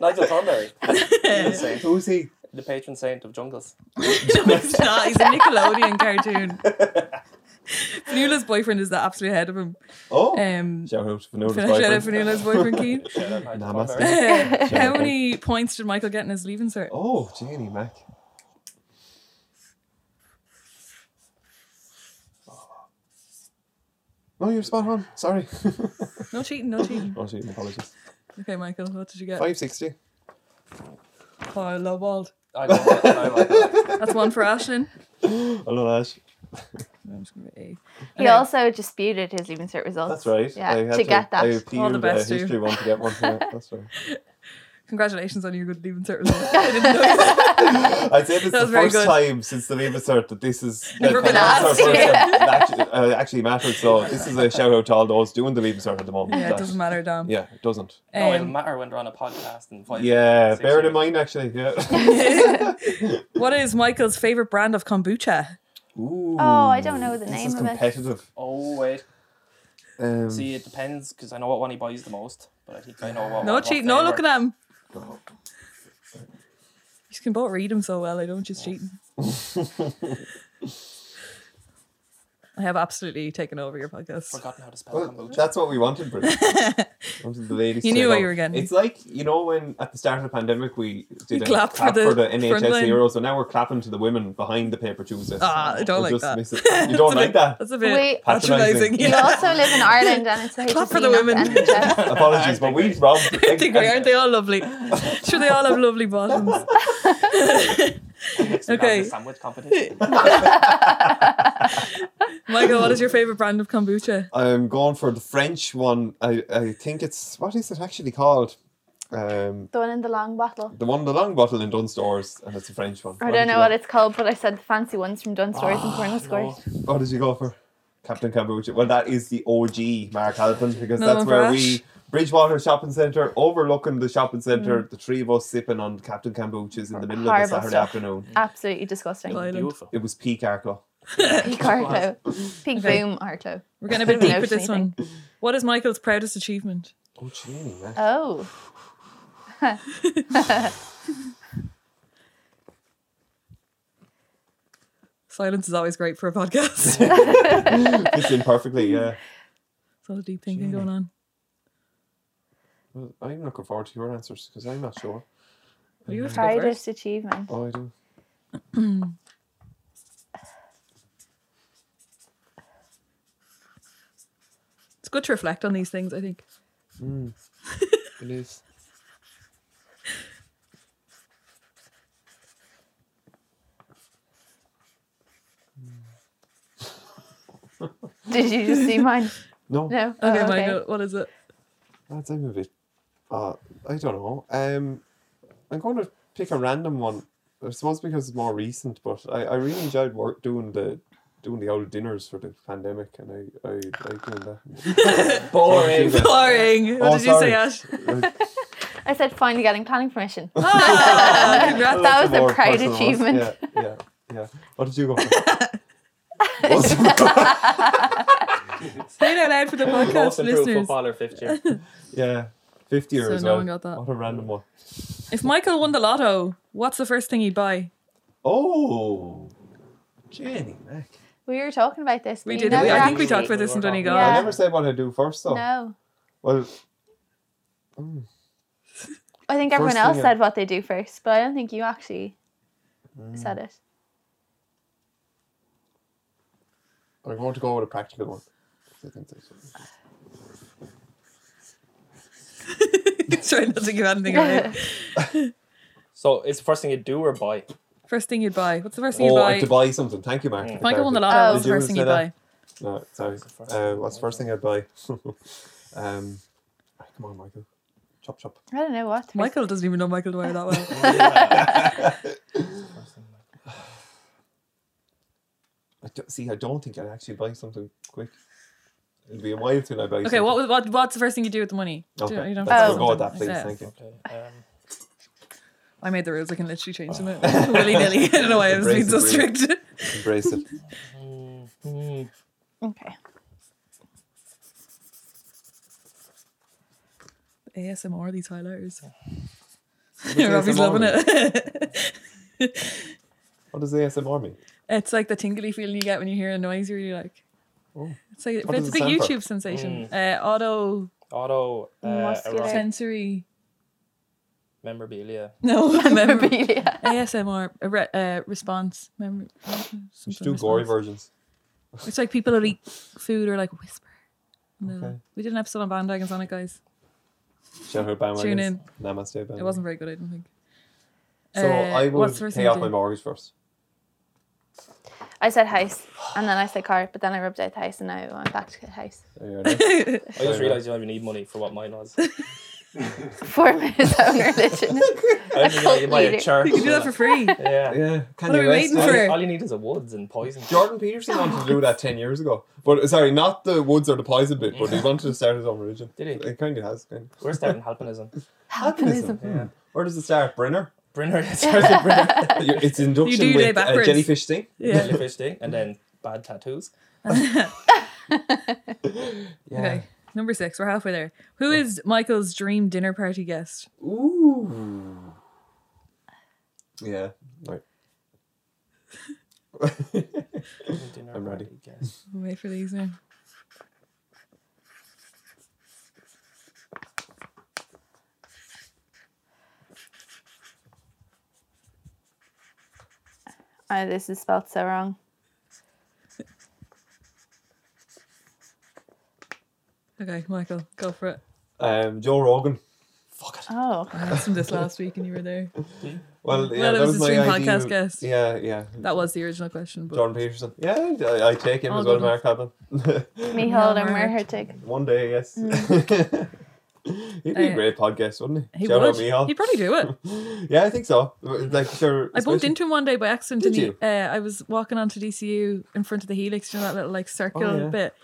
Speaker 1: Nigel Thornberry, the
Speaker 3: no,
Speaker 1: saint,
Speaker 2: Who's he?
Speaker 1: the patron saint of jungles.
Speaker 3: he's not. He's a Nickelodeon cartoon. Fanula's boyfriend is the absolute head of him.
Speaker 2: Oh.
Speaker 3: Um,
Speaker 2: Shout out to Fanula's
Speaker 3: Shout
Speaker 2: boyfriend.
Speaker 3: out Fanula's boyfriend, Keane. Uh,
Speaker 1: Shout out Nigel
Speaker 2: Namaste.
Speaker 1: Thornberry.
Speaker 3: How many points did Michael get in his leaving cert?
Speaker 2: Oh, Janie Mac. No, you're spot on. Sorry.
Speaker 3: No cheating, no cheating.
Speaker 2: oh, Janie, apologies.
Speaker 3: Okay, Michael, what did you get?
Speaker 2: 560.
Speaker 3: Kyle Lobald.
Speaker 1: I know, I know, I know.
Speaker 3: That's one for Ashlyn.
Speaker 2: Hello, Ash.
Speaker 3: I'm just gonna be-
Speaker 4: He
Speaker 3: Okay.
Speaker 4: also disputed his even cert results.
Speaker 2: That's right.
Speaker 4: Yeah,
Speaker 2: I had
Speaker 4: to get that.
Speaker 2: I
Speaker 3: All the
Speaker 2: appealed
Speaker 3: best
Speaker 2: a
Speaker 3: to you.
Speaker 2: history one to get one. Yeah, that's right.
Speaker 3: Congratulations on your good leaving cert result. I didn't know.
Speaker 2: I'd say this is
Speaker 3: That
Speaker 2: the
Speaker 3: was very
Speaker 2: first
Speaker 3: good.
Speaker 2: time since the Leave Cert that this is that
Speaker 3: Ever been
Speaker 2: that's our
Speaker 4: asked,
Speaker 2: first
Speaker 4: yeah.
Speaker 2: time that actually, uh, actually mattered. So this is a shout out to all those doing the Leave Cert at the moment.
Speaker 3: Yeah, it
Speaker 2: That-
Speaker 3: doesn't matter, Dom.
Speaker 2: Yeah, it doesn't.
Speaker 1: No, it'll
Speaker 3: Um,
Speaker 1: matter when they're on a podcast and five.
Speaker 2: Yeah,
Speaker 1: six
Speaker 2: bear it
Speaker 1: years.
Speaker 2: in mind actually. Yeah.
Speaker 3: what is Michael's favorite brand of kombucha?
Speaker 2: Ooh,
Speaker 4: Oh, I don't know the name
Speaker 2: this is
Speaker 4: of it.
Speaker 2: competitive.
Speaker 1: Oh wait,
Speaker 2: Um,
Speaker 1: see, it depends because I know what one he buys the most, but I think I know what.
Speaker 3: No
Speaker 1: what
Speaker 3: cheating, no
Speaker 1: flavour.
Speaker 3: looking at him. You can both read them so well. I don't just cheating. I have absolutely taken over your podcast.
Speaker 1: Forgotten how to spell
Speaker 2: Well,
Speaker 1: kombucha.
Speaker 2: that's what we wanted, Bridget. wanted the ladies
Speaker 3: You
Speaker 2: to
Speaker 3: knew
Speaker 2: know.
Speaker 3: what you were getting.
Speaker 2: It's like, you know, when at the start of the pandemic we did
Speaker 3: We
Speaker 2: a
Speaker 3: clapped
Speaker 2: clap
Speaker 3: for
Speaker 2: for
Speaker 3: the
Speaker 2: the,
Speaker 3: front
Speaker 2: NHS
Speaker 3: line.
Speaker 2: heroes, so now we're clapping to the women behind the paper choosers.
Speaker 3: Ah, I don't
Speaker 2: Or
Speaker 3: like
Speaker 2: just
Speaker 3: that.
Speaker 2: miss it. You don't
Speaker 3: That's a
Speaker 2: like
Speaker 3: bit-
Speaker 2: that?
Speaker 3: That's a bit
Speaker 4: We-
Speaker 3: patronising.
Speaker 2: Patronising.
Speaker 4: You
Speaker 3: yeah.
Speaker 4: also live in Ireland and it's the
Speaker 3: Clap
Speaker 4: HSE,
Speaker 3: for the
Speaker 4: not
Speaker 3: women.
Speaker 4: NHS.
Speaker 2: Apologies, but we robbed.
Speaker 3: I think we aren't they all lovely? Sure, they all have lovely bottoms.
Speaker 1: Next we have
Speaker 3: okay.
Speaker 1: the Sandwich competition.
Speaker 3: Michael, what is your favorite brand of kombucha?
Speaker 2: I'm going for the French one. I, I think it's what is it actually called? Um,
Speaker 4: The one in the long bottle.
Speaker 2: the one the long bottle in Dunstores, and it's a French one.
Speaker 4: I
Speaker 2: What
Speaker 4: don't
Speaker 2: did
Speaker 4: know
Speaker 2: you
Speaker 4: what
Speaker 2: go-
Speaker 4: it's called, but I said the fancy ones from Dunstores and
Speaker 3: Ah,
Speaker 4: Cornell Squares.
Speaker 2: What did you go for? Captain Kombucha. Well, that is the OG Mark Halpin because
Speaker 3: No,
Speaker 2: that's where
Speaker 3: Brash.
Speaker 2: we Bridgewater Shopping Centre, overlooking the shopping centre,
Speaker 4: Mm.
Speaker 2: the three of us sipping on Captain Kombuchas in the middle of a
Speaker 4: Horrible
Speaker 2: Saturday
Speaker 4: stuff.
Speaker 2: afternoon.
Speaker 4: Absolutely disgusting.
Speaker 3: Like-
Speaker 1: Beautiful.
Speaker 2: It was peak Arklow.
Speaker 4: Peak Arto. Peak
Speaker 3: Okay.
Speaker 4: boom Arto.
Speaker 3: We're getting a bit deep
Speaker 4: No
Speaker 3: with this one. What is Michael's proudest achievement?
Speaker 2: Oh, gee, man.
Speaker 4: Oh.
Speaker 3: Silence is always great for a podcast. It's
Speaker 2: Fits in perfectly, yeah.
Speaker 3: a lot of deep thinking going on.
Speaker 2: Well, I'm looking forward to your answers because I'm not sure.
Speaker 3: Well, you have to go first.
Speaker 4: Proudest achievement.
Speaker 2: Oh, I do.
Speaker 3: It's good to reflect on these things, I think.
Speaker 2: It is.
Speaker 4: Did you just see mine?
Speaker 2: No.
Speaker 4: No. Oh,
Speaker 3: Okay, Michael, what is it?
Speaker 2: That's I'm a bit. Uh, I don't know. Um, I'm going to pick a random one. I suppose because it's more recent, but I, I really enjoyed work doing the doing the old dinners for the pandemic, and I I like doing that.
Speaker 1: Boring.
Speaker 2: Sorry.
Speaker 3: Boring. What
Speaker 2: Oh,
Speaker 3: did
Speaker 2: sorry.
Speaker 3: you say, Ash?
Speaker 4: I said finally getting planning permission.
Speaker 3: Ah, congrats.
Speaker 4: That was
Speaker 2: That's
Speaker 4: a
Speaker 2: more
Speaker 4: proud
Speaker 2: personal one.
Speaker 4: achievement.
Speaker 2: Yeah, yeah, yeah. What did you go for? What's the-
Speaker 3: Say it out loud for the podcast
Speaker 1: Most improved
Speaker 3: listeners.
Speaker 1: footballer fifth year.
Speaker 2: yeah, fifty years.
Speaker 3: So
Speaker 2: as
Speaker 3: no
Speaker 2: well.
Speaker 3: one got that.
Speaker 2: What a random one.
Speaker 3: If Michael won the lotto, what's the first thing he'd buy?
Speaker 2: Oh, Jenny Mac.
Speaker 4: We were talking about this. but
Speaker 3: We
Speaker 4: you
Speaker 3: did.
Speaker 4: never
Speaker 3: We, I think we
Speaker 4: actually-
Speaker 3: talked about this in Donegal.
Speaker 2: I
Speaker 4: Yeah.
Speaker 2: never say what I do first though.
Speaker 4: No.
Speaker 2: Well,
Speaker 4: I think everyone
Speaker 2: First thing
Speaker 4: else
Speaker 2: I-
Speaker 4: said what they do first, but I don't think you
Speaker 3: Mm.
Speaker 4: actually said it.
Speaker 2: Or if you want to go with a practical one. I think there's something.
Speaker 3: Sorry, not to give anything away.
Speaker 1: So it's the first thing you do or buy.
Speaker 3: First thing you'd buy. What's the first thing
Speaker 2: Oh,
Speaker 3: you
Speaker 2: I
Speaker 3: buy?
Speaker 2: have to buy something. Thank you, Mark. for
Speaker 3: Michael won the
Speaker 2: clarity.
Speaker 3: lotto.
Speaker 4: Oh.
Speaker 3: What's
Speaker 2: Did
Speaker 3: the
Speaker 2: you
Speaker 3: first thing
Speaker 2: say
Speaker 3: you
Speaker 2: that?
Speaker 3: buy?
Speaker 2: No, sorry.
Speaker 1: Mm. the first
Speaker 2: Uh,
Speaker 1: thing?
Speaker 2: what's the first thing I'd buy? um, ah, come on, Michael. Chop, chop.
Speaker 4: I don't know what.
Speaker 3: Michael doesn't even know Michael Dwyer that well.
Speaker 1: First thing like-
Speaker 2: I do see, I don't think I'd actually buy something quick. It'll be a while till I buy
Speaker 3: Okay,
Speaker 2: something.
Speaker 3: what, was- what what's the first thing you do with the money? Do you-
Speaker 2: Okay,
Speaker 3: you don't
Speaker 2: let's
Speaker 3: have to
Speaker 4: Oh.
Speaker 3: do
Speaker 2: go with that,
Speaker 3: something.
Speaker 2: please.
Speaker 3: Yeah.
Speaker 2: Thank you.
Speaker 1: Okay. Um,
Speaker 3: I made the rules. I can literally change them out willy nilly. I don't know why I was being so
Speaker 2: Embrace it,
Speaker 3: strict.
Speaker 2: Embrace it.
Speaker 1: mm, mm.
Speaker 4: Okay.
Speaker 3: ASMR these highlighters.
Speaker 2: does
Speaker 3: Robbie's
Speaker 2: ASMR
Speaker 3: loving
Speaker 2: mean?
Speaker 3: it.
Speaker 2: What does ASMR mean?
Speaker 3: it's like the tingly feeling you get when you hear a noise. You're really like,
Speaker 2: Oh.
Speaker 3: it's like
Speaker 2: What
Speaker 3: it's
Speaker 2: does
Speaker 3: a
Speaker 2: it Mm. stand
Speaker 3: big
Speaker 2: for?
Speaker 3: YouTube sensation. Uh, auto
Speaker 1: Auto uh,
Speaker 4: Muscular.
Speaker 1: erotic
Speaker 3: sensory.
Speaker 1: memorabilia.
Speaker 3: No, remember
Speaker 4: Memorabilia.
Speaker 3: ASMR uh, re- uh, response. Mem- something
Speaker 2: Just do gory
Speaker 3: response.
Speaker 2: versions.
Speaker 3: It's like people that eat food or like whisper. No.
Speaker 2: Okay.
Speaker 3: We did an episode on bandwagons on it, guys.
Speaker 2: Shout out Bam
Speaker 3: Tune in.
Speaker 2: Namaste, Bam.
Speaker 3: It wasn't very good, I don't think.
Speaker 2: So I
Speaker 3: Uh,
Speaker 2: would
Speaker 3: what's the first
Speaker 2: pay
Speaker 3: thing you
Speaker 2: off
Speaker 3: do?
Speaker 2: my mortgage first.
Speaker 4: I said house, and then I said car, but then I rubbed out house, and now I'm back to house.
Speaker 2: There you go.
Speaker 1: I just realised you don't even need money for what mine was. I
Speaker 4: Form his own religion.
Speaker 1: don't even know you buy a
Speaker 4: Leader.
Speaker 1: church.
Speaker 3: You can do that for free.
Speaker 1: yeah.
Speaker 2: yeah. Can
Speaker 3: What are we waiting
Speaker 1: All,
Speaker 3: for?
Speaker 1: you- all you need is a woods and poison.
Speaker 2: Jordan Peterson wanted to do
Speaker 3: Oh,
Speaker 2: that 10 years ago. But sorry, not the woods or the poison bit, but he wanted to start his own religion.
Speaker 1: Did he?
Speaker 2: It kind of has. Kind
Speaker 1: We're starting alpinism.
Speaker 2: Alpinism. Yeah. Where does it start? Brenner?
Speaker 1: Brinner, it starts with Brinner.
Speaker 2: You- it's induction
Speaker 3: do day
Speaker 2: with uh,
Speaker 3: backwards.
Speaker 2: jellyfish thing.
Speaker 3: Yeah.
Speaker 1: Jellyfish thing, and then bad tattoos.
Speaker 2: Yeah.
Speaker 3: Okay. Number six. We're halfway there. Who is Michael's dream dinner party guest?
Speaker 2: Ooh. Yeah. Right.
Speaker 1: Dinner
Speaker 2: I'm ready.
Speaker 1: party guest.
Speaker 3: We'll wait for these now.
Speaker 4: Oh, this is spelled so wrong.
Speaker 3: Okay, Michael, go for it.
Speaker 2: Um, Joe Rogan.
Speaker 1: Fuck it.
Speaker 4: Oh,
Speaker 3: I asked him this last week and you were there.
Speaker 2: Well, yeah,
Speaker 3: Well, it
Speaker 2: that
Speaker 3: was
Speaker 2: was
Speaker 3: a
Speaker 2: my
Speaker 3: stream
Speaker 2: idea.
Speaker 3: podcast guest.
Speaker 2: Yeah, yeah.
Speaker 3: That was the original question. But
Speaker 2: Jordan Peterson. Yeah, I, I take him
Speaker 3: All
Speaker 2: as well,
Speaker 3: good
Speaker 2: Mark Hapman.
Speaker 4: Michal
Speaker 3: Mark.
Speaker 4: and Hertig.
Speaker 2: One day, yes. He'd be
Speaker 3: Hmm. Uh,
Speaker 2: a great podcast, wouldn't he?
Speaker 3: he
Speaker 2: Shout
Speaker 3: would.
Speaker 2: out Michal.
Speaker 3: He'd probably do it.
Speaker 2: Yeah, I think so. Like, sure.
Speaker 3: I bumped
Speaker 2: especially-
Speaker 3: into him one day by accident.
Speaker 2: Did
Speaker 3: and he,
Speaker 2: you?
Speaker 3: Uh, I was walking onto DCU in front of the Helix, you know, that little like circle
Speaker 2: Oh, yeah.
Speaker 3: bit.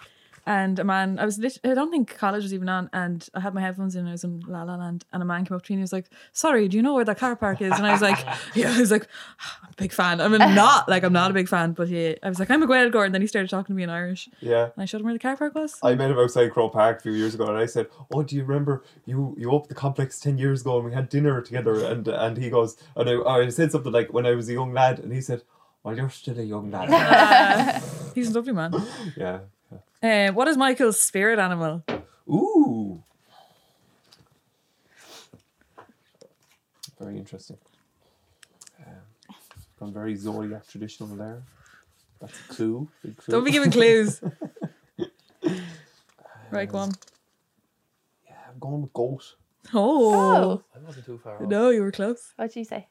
Speaker 3: And a man, I was lit- I don't think college was even on, and I had my headphones in, and I was in La La Land, and a man came up to me and he was like, "Sorry, do you know where that car park is?" And I was like, "Yeah," I was like, "Ah, "I'm a big fan." I mean, not like I'm not a big fan, but he, I was like, "I'm a Gaelgore," and then he started talking to me in Irish,
Speaker 2: Yeah.
Speaker 3: and I showed him where the car park was.
Speaker 2: I met him outside Crow Park a few years ago, and I said, "Oh, do you remember you you opened the complex ten years ago, and we had dinner together?" And and he goes, and I, or I said something like, "When I was a young lad," and he said, "Well, you're still a young lad."
Speaker 3: Uh, he's a lovely man.
Speaker 2: yeah.
Speaker 3: Uh, what is Michael's spirit animal?
Speaker 2: Ooh. Very interesting. Um, gone very zodiac traditional there. That's a clue. big clue.
Speaker 3: Don't be giving clues. right, go on.
Speaker 2: Yeah, I'm going with goat.
Speaker 3: Oh.
Speaker 4: Oh,
Speaker 1: I wasn't too far off.
Speaker 3: No, you were close.
Speaker 4: what did you say?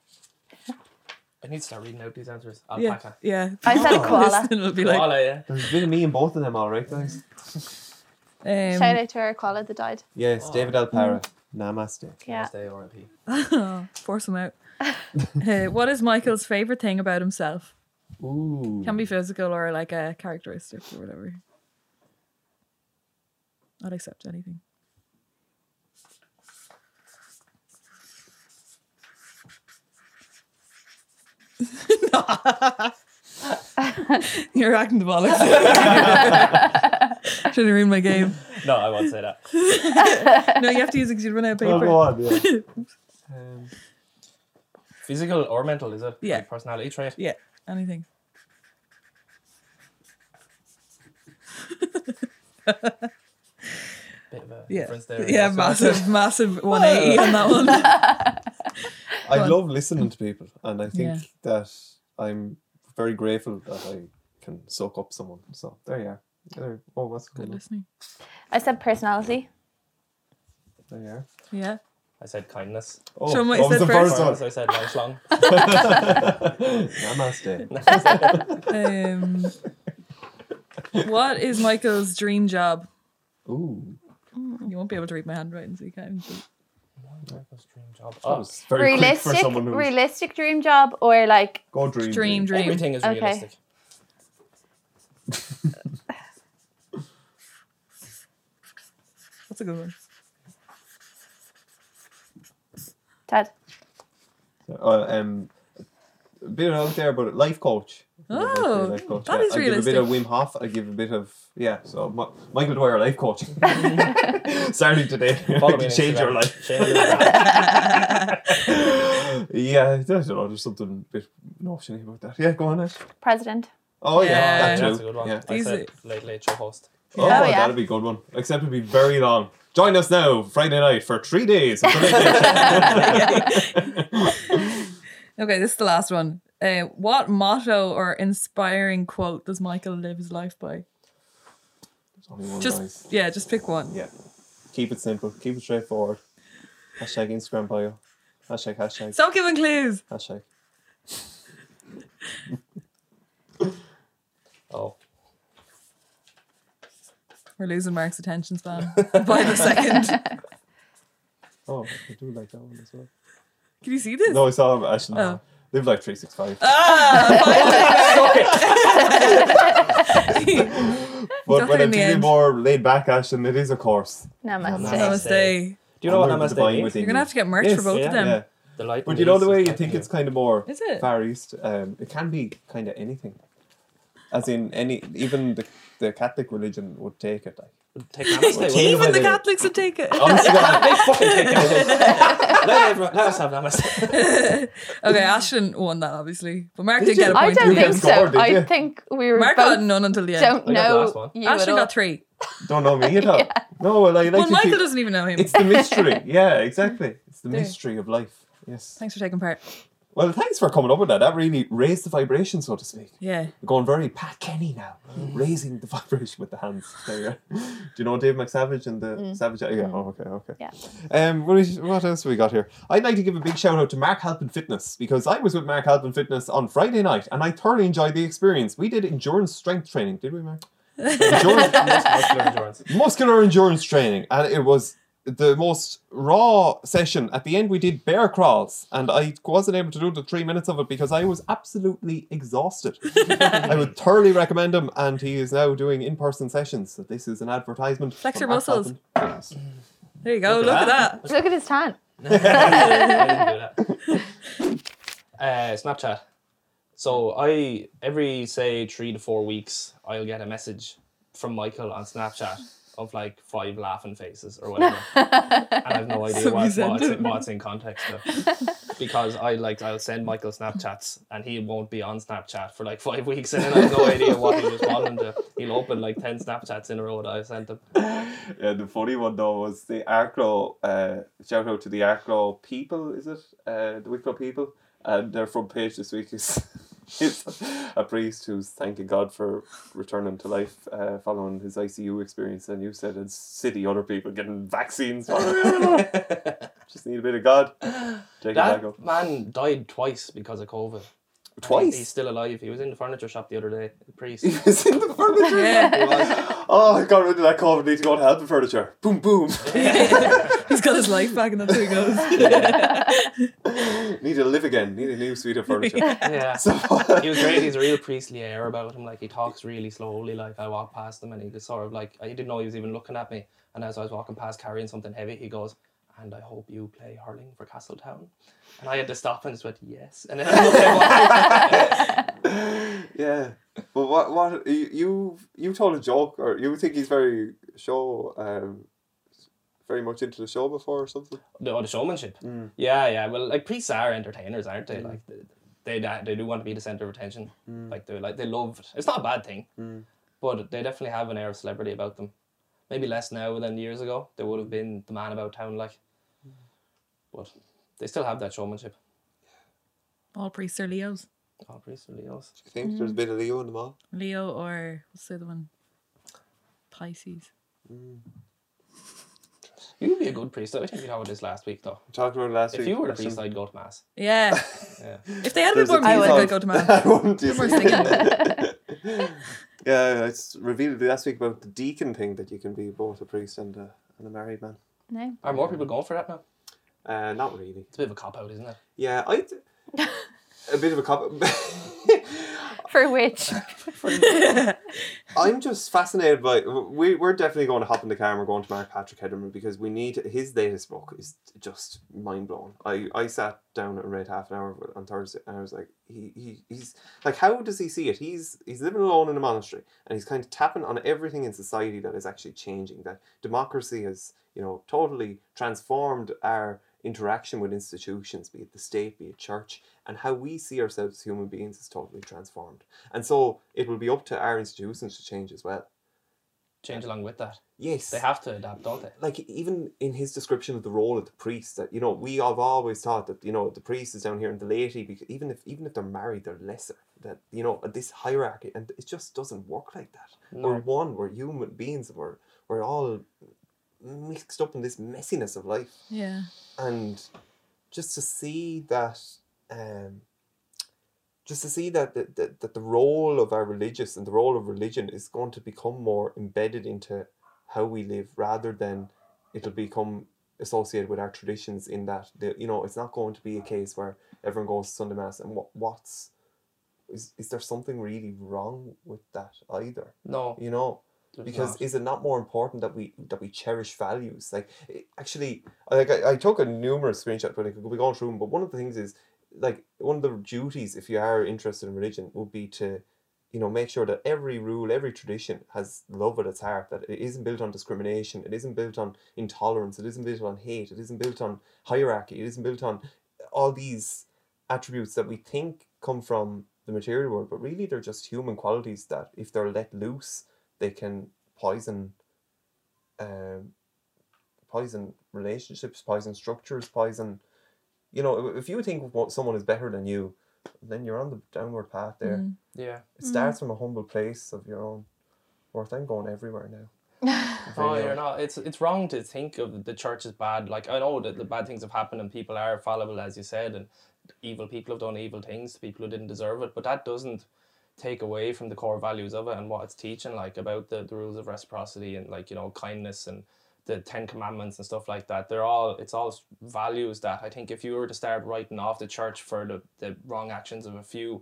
Speaker 1: I need to start reading out these answers.
Speaker 3: Yeah.
Speaker 1: Alpaca.
Speaker 3: Yeah.
Speaker 4: I said
Speaker 3: People
Speaker 4: koala.
Speaker 3: listening will be like,
Speaker 1: Koala, yeah.
Speaker 2: There's a bit of me in both of them, all right, guys.
Speaker 4: Shout
Speaker 3: um,
Speaker 4: out to our koala that died.
Speaker 2: Yes,
Speaker 3: Oh.
Speaker 2: David Alpara. Namaste.
Speaker 4: Yeah.
Speaker 1: Stay RIP.
Speaker 3: oh, force him out. Uh, what is Michael's favorite thing about himself?
Speaker 2: Ooh.
Speaker 3: Can be physical or like a characteristic or whatever. I'd accept anything. You're acting the bollocks. Should have ruined my game.
Speaker 1: No, I won't say that.
Speaker 3: No, you have to use it 'cause you'd run out of
Speaker 2: Oh,
Speaker 3: paper.
Speaker 2: go on, yeah. um,
Speaker 1: Physical or mental, is it?
Speaker 3: Yeah.
Speaker 1: Like personality trait.
Speaker 3: Yeah, anything.
Speaker 1: Bit of a
Speaker 3: Yeah,
Speaker 1: difference there. I
Speaker 3: yeah,
Speaker 1: guess.
Speaker 3: massive, massive 180 on that one.
Speaker 2: I
Speaker 3: Go on.
Speaker 2: love listening to people, and I think
Speaker 3: Yeah.
Speaker 2: that I'm very grateful that I can soak up someone. So there you are. There, oh, that's
Speaker 3: Good
Speaker 2: cool.
Speaker 3: listening.
Speaker 4: I said personality.
Speaker 2: There you are.
Speaker 3: Yeah.
Speaker 1: I said kindness.
Speaker 2: Oh,
Speaker 3: Sean, what
Speaker 2: what
Speaker 3: you
Speaker 2: was
Speaker 3: said
Speaker 2: the
Speaker 1: Or
Speaker 2: first
Speaker 3: first?
Speaker 2: one?
Speaker 1: as I said, lifelong.
Speaker 2: Namaste.
Speaker 3: Um, what is Michael's dream job?
Speaker 2: Ooh,
Speaker 3: You won't be able to read my handwriting, so you can't. even see.
Speaker 1: dream job.
Speaker 2: that
Speaker 1: Oh,
Speaker 2: was very quick for
Speaker 4: realistic,
Speaker 2: someone who's
Speaker 4: realistic dream job or like
Speaker 2: go dream.
Speaker 3: Dream, dream.
Speaker 1: everything is
Speaker 4: Okay.
Speaker 1: realistic.
Speaker 3: That's a good one.
Speaker 4: Ted.
Speaker 2: Uh, um, a bit out there, but life coach. I give a bit
Speaker 3: Oh,
Speaker 2: of life coach.
Speaker 3: that
Speaker 2: yeah.
Speaker 3: is
Speaker 2: I give a bit
Speaker 3: realistic.
Speaker 2: of Wim Hof. I give a bit of yeah. So Ma- Michael Dwyer, life coach. Sorry today.
Speaker 1: Follow me
Speaker 2: to
Speaker 1: on
Speaker 2: change your
Speaker 1: Instagram.
Speaker 2: life.
Speaker 1: Change your life.
Speaker 2: yeah, I don't know. There's something a bit notiony about that. Yeah, go on. Ash.
Speaker 4: President.
Speaker 2: Oh yeah,
Speaker 3: Yeah.
Speaker 2: that too.
Speaker 1: That's a good one.
Speaker 2: Yeah.
Speaker 1: I
Speaker 3: These
Speaker 1: said
Speaker 3: are-
Speaker 1: late late show host.
Speaker 2: Oh,
Speaker 4: Oh, yeah.
Speaker 2: that'd be a good one. Except it'd be very long. Join us now, Friday night, for three days. of presentation.
Speaker 3: Okay, this is the last one. Uh, what motto or inspiring quote does Michael live his life by?
Speaker 2: There's only one
Speaker 3: Just
Speaker 2: Oh, nice.
Speaker 3: yeah, just pick one.
Speaker 2: Yeah. Keep it simple. Keep it straightforward. Hashtag Instagram bio. Hashtag hashtag
Speaker 3: Stop giving clues.
Speaker 2: hashtag.
Speaker 1: Oh,
Speaker 3: We're losing Mark's attention span by the second.
Speaker 2: Oh, I do like that one as well.
Speaker 3: Can you see this?
Speaker 2: No, I saw him actually.
Speaker 3: Oh.
Speaker 2: Live like 365. but when
Speaker 3: nothing in
Speaker 2: it's
Speaker 3: the
Speaker 2: really
Speaker 3: end.
Speaker 2: more laid back, Ashton, it is a course. Oh,
Speaker 4: Namaste.
Speaker 1: Namaste.
Speaker 3: Namaste.
Speaker 1: do you know what
Speaker 2: Honor the
Speaker 1: namaste
Speaker 2: divine
Speaker 1: means?
Speaker 2: within
Speaker 3: You're gonna
Speaker 2: you.
Speaker 3: have to get merch
Speaker 2: Yes,
Speaker 3: for both
Speaker 2: yeah,
Speaker 3: of them.
Speaker 2: yeah.
Speaker 1: The light.
Speaker 2: But
Speaker 1: in
Speaker 2: you know the
Speaker 1: these
Speaker 2: way
Speaker 1: is
Speaker 2: you
Speaker 1: light
Speaker 2: think
Speaker 1: in
Speaker 2: it's kind of more
Speaker 3: Is it?
Speaker 2: Far East. Um, it can be kind of anything, as in any even the, the Catholic religion would take it. Like
Speaker 1: you.
Speaker 2: Um,
Speaker 1: Take namaste.
Speaker 2: Well,
Speaker 1: will
Speaker 2: take
Speaker 1: you?
Speaker 3: Even the
Speaker 2: Anyway.
Speaker 3: Catholics would take it.
Speaker 2: honestly,
Speaker 1: Big fucking take namaste. Let everyone- let us have namaste.
Speaker 3: Okay, Ashton won that obviously, but Mark did,
Speaker 2: you?
Speaker 3: get a
Speaker 4: I
Speaker 3: point.
Speaker 4: don't
Speaker 2: You
Speaker 3: in the
Speaker 4: think
Speaker 2: guys
Speaker 3: end.
Speaker 4: so.
Speaker 2: scored, did you?
Speaker 4: I think we were
Speaker 3: Mark
Speaker 4: both
Speaker 3: got none until the end.
Speaker 4: don't
Speaker 1: I got the last
Speaker 4: know
Speaker 1: one.
Speaker 4: you at
Speaker 3: Ashton
Speaker 4: all.
Speaker 3: got three.
Speaker 2: don't know me at all. No, well, I like
Speaker 3: Well,
Speaker 2: to
Speaker 3: Michael
Speaker 2: keep-
Speaker 3: doesn't even know him.
Speaker 2: It's the mystery. Yeah, exactly. It's the
Speaker 3: There.
Speaker 2: mystery of life. Yes.
Speaker 3: Thanks for taking part.
Speaker 2: Well, thanks for coming up with that. That really raised the vibration, so to speak.
Speaker 3: Yeah.
Speaker 2: We're going very Pat Kenny now, raising the vibration with the hands. There you go. Do you know Dave McSavage and the Savage? Yeah. Oh, okay. Okay.
Speaker 4: Yeah.
Speaker 2: Um, what, is, what else have we got here? I'd like to give a big shout out to Mark Halpin Fitness because I was with Mark Halpin Fitness on Friday night and I thoroughly enjoyed the experience. We did endurance strength training, did we, Mark? Endurance,
Speaker 1: Muscular endurance.
Speaker 2: muscular endurance training, and it was the most raw session. At the end, we did bear crawls, and I wasn't able to do the three minutes of it because I was absolutely exhausted. I would thoroughly recommend him, and he is now doing in-person sessions. So this is an advertisement.
Speaker 3: Flex
Speaker 2: from
Speaker 3: your
Speaker 2: Mark
Speaker 3: muscles.
Speaker 2: Halpin. Yes.
Speaker 3: There you go. Look, at that.
Speaker 4: Look at his tan.
Speaker 1: I didn't do that. Uh, Snapchat. So I every say three to four weeks, I'll get a message from Michael on Snapchat of like five laughing faces or whatever, and I have no idea
Speaker 3: So
Speaker 1: what,
Speaker 3: you send
Speaker 1: what, it's,
Speaker 3: it.
Speaker 1: what's in context of. Because I like I'll send Michael Snapchats and he won't be on Snapchat for like five weeks, and then I have no idea what he was responding to. He'll open like ten Snapchats in a row that I've sent him.
Speaker 2: Yeah, Uh, the funny one though was the Arklow, uh shout out to the Arklow people, is it? Uh, the Wicklow people. And their front page this week is, is a priest who's thanking God for returning to life uh, following his ICU experience. And you said it's city other people getting vaccines. Just need a bit of God. Take it back up.
Speaker 1: That man died twice because of COVID. He- He's
Speaker 2: Twice.
Speaker 1: still alive. He was in the furniture shop the other day. The priest.
Speaker 2: He was in the furniture.
Speaker 3: Yeah.
Speaker 2: Oh, I got rid of that COVID. Need to go and help the furniture. Boom, boom.
Speaker 3: He's got his life back, and that's where he goes.
Speaker 2: Need to live again. Need a new suite of furniture.
Speaker 1: yeah.
Speaker 2: So,
Speaker 1: He was great. He's a real priestly air about him. Like he talks really slowly. Like I walk past him and he was sort of like I didn't know he was even looking at me. And as I was walking past carrying something heavy, he goes, "And I hope you play hurling for Castletown." And I had to stop and just went, "Yes." And then I looked at him.
Speaker 2: Yeah. But what what you you you told a joke or you think he's very show um very much into the show before or something?
Speaker 1: the, oh, the showmanship. Yeah, yeah. Well, like priests are entertainers, aren't they? Like they, they they do want to be the center of attention. Like they like they love it. It's not a bad thing, but they definitely have an air of celebrity about them. Maybe less now than years ago. They would have been the man about town, like. But they still have that showmanship.
Speaker 3: All priests are Leos.
Speaker 1: All priests are Leos.
Speaker 2: Do you think there's
Speaker 3: Mm.
Speaker 2: a bit of Leo in them all?
Speaker 3: Leo or what's the other one? Pisces.
Speaker 1: You'd be a good priest. though. I think we talked about this last week though.
Speaker 2: We talked about it last
Speaker 1: If
Speaker 2: week.
Speaker 1: you were a
Speaker 2: There's
Speaker 1: priest,
Speaker 2: some-
Speaker 1: I'd go to mass.
Speaker 3: Yeah.
Speaker 1: Yeah.
Speaker 3: if they had a bit
Speaker 2: there's a
Speaker 3: more music,
Speaker 2: piece
Speaker 3: I'd
Speaker 2: of-
Speaker 3: go to
Speaker 2: I
Speaker 3: man.
Speaker 2: wouldn't
Speaker 3: more
Speaker 2: disagree.
Speaker 4: singing.
Speaker 2: yeah, it's revealed last week about the deacon thing that you can be both a priest and a, and a married man.
Speaker 4: No.
Speaker 1: Are more people going for that now?
Speaker 2: Uh, not really.
Speaker 1: It's a bit of a cop out, isn't it?
Speaker 2: Yeah, I. Th- a bit of a cop.
Speaker 4: For which?
Speaker 2: I'm just fascinated by. We we're definitely going to hop in the car and we're going to Mark Patrick Hederman because we need his latest book is just mind blowing. I I sat down and read half an hour on Thursday and I was like, he, he he's like, how does he see it? He's he's living alone in a monastery and he's kind of tapping on everything in society that is actually changing. That democracy has you know totally transformed our interaction with institutions, be it the state, be it church, and how we see ourselves as human beings is totally transformed. And so it will be up to our institutions to change as well.
Speaker 1: Change along with that.
Speaker 2: Yes.
Speaker 1: They have to adapt, don't they?
Speaker 2: like even in his description of the role of the priest, that you know, we have always thought that you know the priest is down here and the laity, because even if even if they're married, they're lesser. That you know this hierarchy, and it just doesn't work like that.
Speaker 1: No.
Speaker 2: We're one. We're human beings. We're we're all mixed up in this messiness of life
Speaker 3: yeah.
Speaker 2: and just to see that um just to see that the, that, that the role of our religious and the role of religion is going to become more embedded into how we live rather than it'll become associated with our traditions in that the, you know it's not going to be a case where everyone goes to sunday mass and what what's is, is there something really wrong with that either
Speaker 1: No.
Speaker 2: you know
Speaker 1: there's
Speaker 2: because
Speaker 1: not.
Speaker 2: is it not more important that we that we cherish values like it, actually I- like I, I took a numerous screenshots but I could be going through them but one of the things is like one of the duties if you are interested in religion would be to you know make sure that every rule every tradition has love at its heart that it isn't built on discrimination it isn't built on intolerance it isn't built on hate it isn't built on hierarchy it isn't built on all these attributes that we think come from the material world but really they're just human qualities that if they're let loose they can poison um poison relationships poison structures poison you know if- if you think what someone is better than you then you're on the downward path there
Speaker 3: Mm.
Speaker 1: Yeah.
Speaker 2: it starts from a humble place of your own worth i'm going everywhere now
Speaker 1: No,
Speaker 2: Very
Speaker 1: Oh, you're
Speaker 2: odd.
Speaker 1: not. It's it's wrong to think of the church as bad. Like I know that the bad things have happened and people are fallible, as you said, and evil people have done evil things to people who didn't deserve it. But that doesn't take away from the core values of it and what it's teaching, like about the, the rules of reciprocity and like you know kindness and the Ten Commandments and stuff like that. They're all it's all s- values that I think if you were to start writing off the church for the, the wrong actions of a few,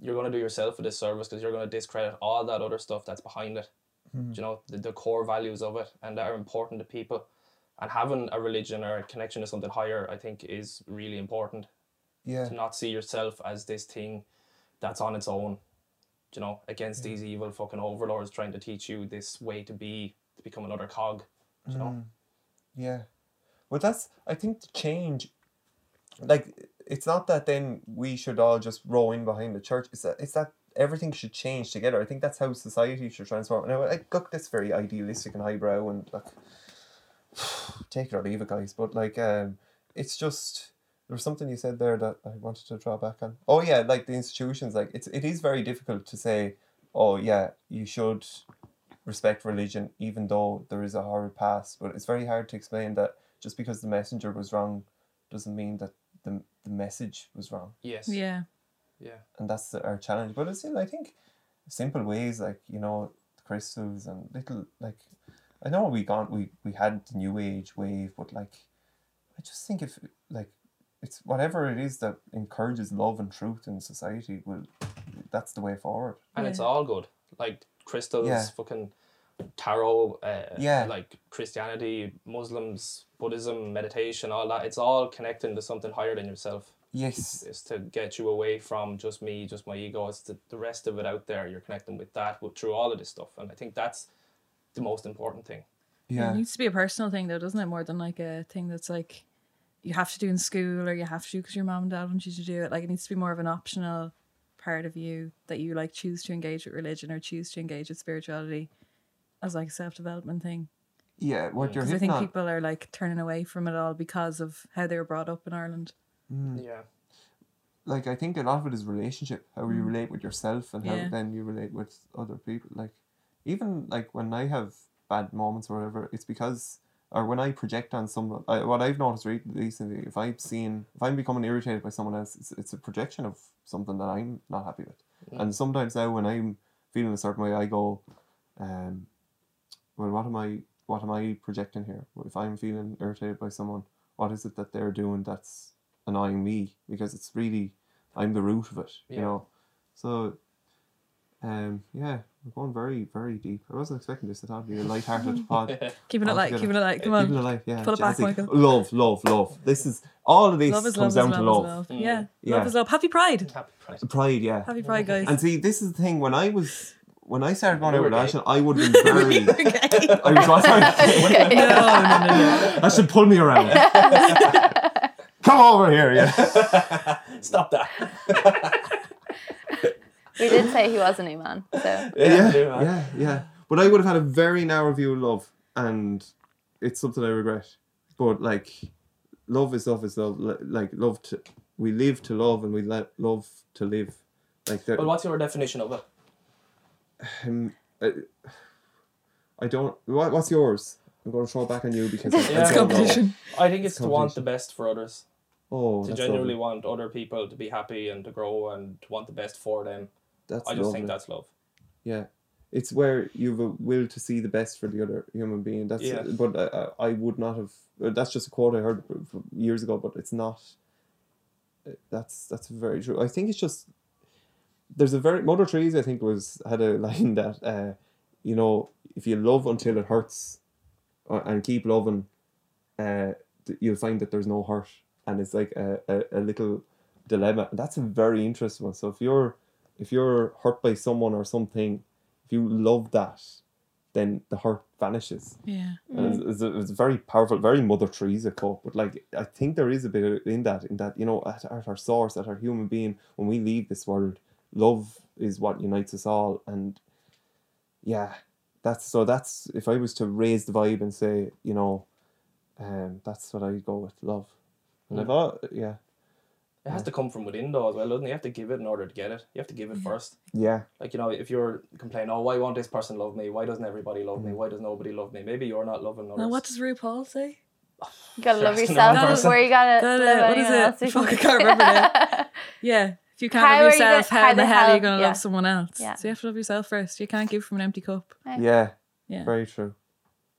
Speaker 1: you're going to do yourself a disservice because you're going to discredit all that other stuff that's behind it do you know the, the core values of it and that are important to people and having a religion or a connection to something higher i think is really important
Speaker 2: yeah
Speaker 1: to not see yourself as this thing that's on its own do you know against these evil fucking overlords trying to teach you this way to be to become another cog do you know
Speaker 2: Yeah. Well, that's, I think the change, like, it's not that then we should all just row in behind the church. It's that, it's that everything should change together. I think that's how society should transform. Now, like, look, that's very idealistic and highbrow and, like, take it or leave it, guys. But, like, um, it's just, there was something you said there that I wanted to draw back on. Oh, yeah, like the institutions, like, it's, it is very difficult to say, oh, yeah, you should respect religion, even though there is a horrid past. But it's very hard to explain that just because the messenger was wrong doesn't mean that the, the message was wrong.
Speaker 1: yes
Speaker 3: Yeah.
Speaker 1: yeah
Speaker 2: And that's the- our challenge. But it's still, I think, simple ways like, you know, crystals and little, like, I know we gone, we, we had the new age wave, but like, I just think if, like, it's whatever it is that encourages love and truth in society, will that's the way forward.
Speaker 1: and it's
Speaker 3: Yeah.
Speaker 1: all good like crystals
Speaker 2: Yeah.
Speaker 1: fucking tarot uh,
Speaker 2: Yeah.
Speaker 1: like christianity muslims buddhism meditation all that it's all connecting to something higher than yourself
Speaker 2: Yes.
Speaker 1: is to get you away from just me, just my ego. It's the, the rest of it out there. You're connecting with that with, through all of this stuff. And I think that's the most important thing.
Speaker 3: It
Speaker 2: Yeah.
Speaker 3: needs to be a personal thing, though, doesn't it? More than like a thing that's like you have to do in school or you have to do because your mom and dad want you to do it. Like it needs to be more of an optional part of you that you like choose to engage with religion or choose to engage with spirituality as like a self development thing.
Speaker 2: Yeah. What you're
Speaker 3: Because I
Speaker 2: hitting
Speaker 3: think
Speaker 2: on.
Speaker 3: people are
Speaker 2: Hmm.
Speaker 3: like turning away from it all because of how they were brought up in Ireland.
Speaker 2: Mm.
Speaker 1: Yeah.
Speaker 2: like I think a lot of it is relationship, how you relate with yourself and
Speaker 3: Yeah.
Speaker 2: how then you relate with other people. Like even like when I have bad moments or whatever, it's because or when I project on someone, I, what I've noticed re- recently, if I'm seeing, if I'm becoming irritated by someone else, it's, it's a projection of something that I'm not happy with. And sometimes now when I'm feeling a certain way, I go, um, well, what am I, what am I projecting here? If I'm feeling irritated by someone, what is it that they're doing that's annoying me? Because it's really, I'm the root of it,
Speaker 1: Yeah.
Speaker 2: you know? So, um, yeah, we're going very, very deep. I wasn't expecting this. I thought it'd be a light-hearted pod.
Speaker 3: Keeping it light,
Speaker 2: Altogether.
Speaker 3: keeping it light. Come
Speaker 2: Keeping
Speaker 3: on.
Speaker 2: it light, yeah,
Speaker 3: pull it back,
Speaker 2: jazzy.
Speaker 3: Michael.
Speaker 2: Love, love, love. This is all of this
Speaker 3: Love is love
Speaker 2: comes
Speaker 3: is
Speaker 2: down
Speaker 3: love,
Speaker 2: to
Speaker 3: is
Speaker 2: love.
Speaker 3: love.
Speaker 1: Mm.
Speaker 3: Yeah.
Speaker 2: Yeah.
Speaker 3: Love is love. Happy Pride.
Speaker 1: Happy Pride.
Speaker 2: Pride, yeah.
Speaker 3: Happy Pride, guys.
Speaker 2: And see, this is the thing. When I was when I started going
Speaker 1: You
Speaker 2: out
Speaker 1: were
Speaker 2: with
Speaker 1: gay.
Speaker 2: Ashton, I would have been very.
Speaker 3: Okay.
Speaker 2: I was what
Speaker 4: Okay.
Speaker 3: No, no, no, no.
Speaker 2: That should pull me around. Come over here, yeah.
Speaker 1: Stop that.
Speaker 4: We did say he was a new man, so
Speaker 2: Yeah,
Speaker 1: do that.
Speaker 2: yeah, yeah. But I would have had a very narrow view of love, and it's something I regret. But like, love is love is love. Li- Like love to, we live to love, and we let love to live. Like that.
Speaker 1: Well, what's your definition of it?
Speaker 2: Um, I, I don't. What, what's yours? I'm going to throw it back on you because I- I
Speaker 1: Yeah.
Speaker 3: It's
Speaker 2: don't know.
Speaker 3: competition.
Speaker 1: I think it's to want the
Speaker 2: Competition.
Speaker 1: best for others.
Speaker 2: Oh,
Speaker 1: to
Speaker 2: that's
Speaker 1: genuinely
Speaker 2: lovely.
Speaker 1: want other people to be happy and to grow and to want the best for them.
Speaker 2: That's
Speaker 1: I just
Speaker 2: lovely.
Speaker 1: think that's love.
Speaker 2: yeah. It's where you've a will to see the best for the other human being. That's
Speaker 1: Yeah.
Speaker 2: but I, I I would not have. uh, That's just a quote I heard f- f- years ago, but it's not. uh, That's that's very true. I think it's just there's a very Mother Teresa. I think was had a line that uh, you know if you love until it hurts, uh, and keep loving, uh, th- you'll find that there's no hurt, and it's like a, a, a little dilemma. That's a very interesting one. So if you're if you're hurt by someone or something, if you love that, then the hurt vanishes.
Speaker 3: Yeah.
Speaker 2: And it's, it's, a, it's a very powerful, very Mother Teresa quote. But like, I think there is a bit of- in that, in that you know, at, at our source, at our human being, when we leave this world, love is what unites us all. And yeah, that's so. That's if I was to raise the vibe and say, you know, um, that's what I go with love. And I've al- yeah,
Speaker 1: It has to come from within though as well, doesn't it? You have to give it in order to get it. You have to give it first.
Speaker 2: yeah,
Speaker 1: Like, you know, if you're complaining, oh, why won't this person love me? Why doesn't everybody love me? Why does nobody love me? Maybe you're not loving others.
Speaker 3: Now, what does RuPaul say?
Speaker 4: you gotta love
Speaker 1: That's the
Speaker 4: yourself
Speaker 1: wrong
Speaker 4: before you gotta
Speaker 3: Gotta-
Speaker 4: love
Speaker 3: what is
Speaker 4: anyone
Speaker 3: it?
Speaker 4: else. you
Speaker 3: Fuck, I can't remember now. Yeah. If you can't
Speaker 4: How
Speaker 3: love
Speaker 4: are you gonna-
Speaker 3: yourself, how,
Speaker 4: how
Speaker 3: the
Speaker 4: the
Speaker 3: hell, are you
Speaker 4: hell-
Speaker 3: going to
Speaker 4: yeah.
Speaker 3: love someone else?
Speaker 4: Yeah.
Speaker 3: So you have to love yourself first. You can't give from an empty cup.
Speaker 2: yeah.
Speaker 3: Yeah.
Speaker 2: Very true.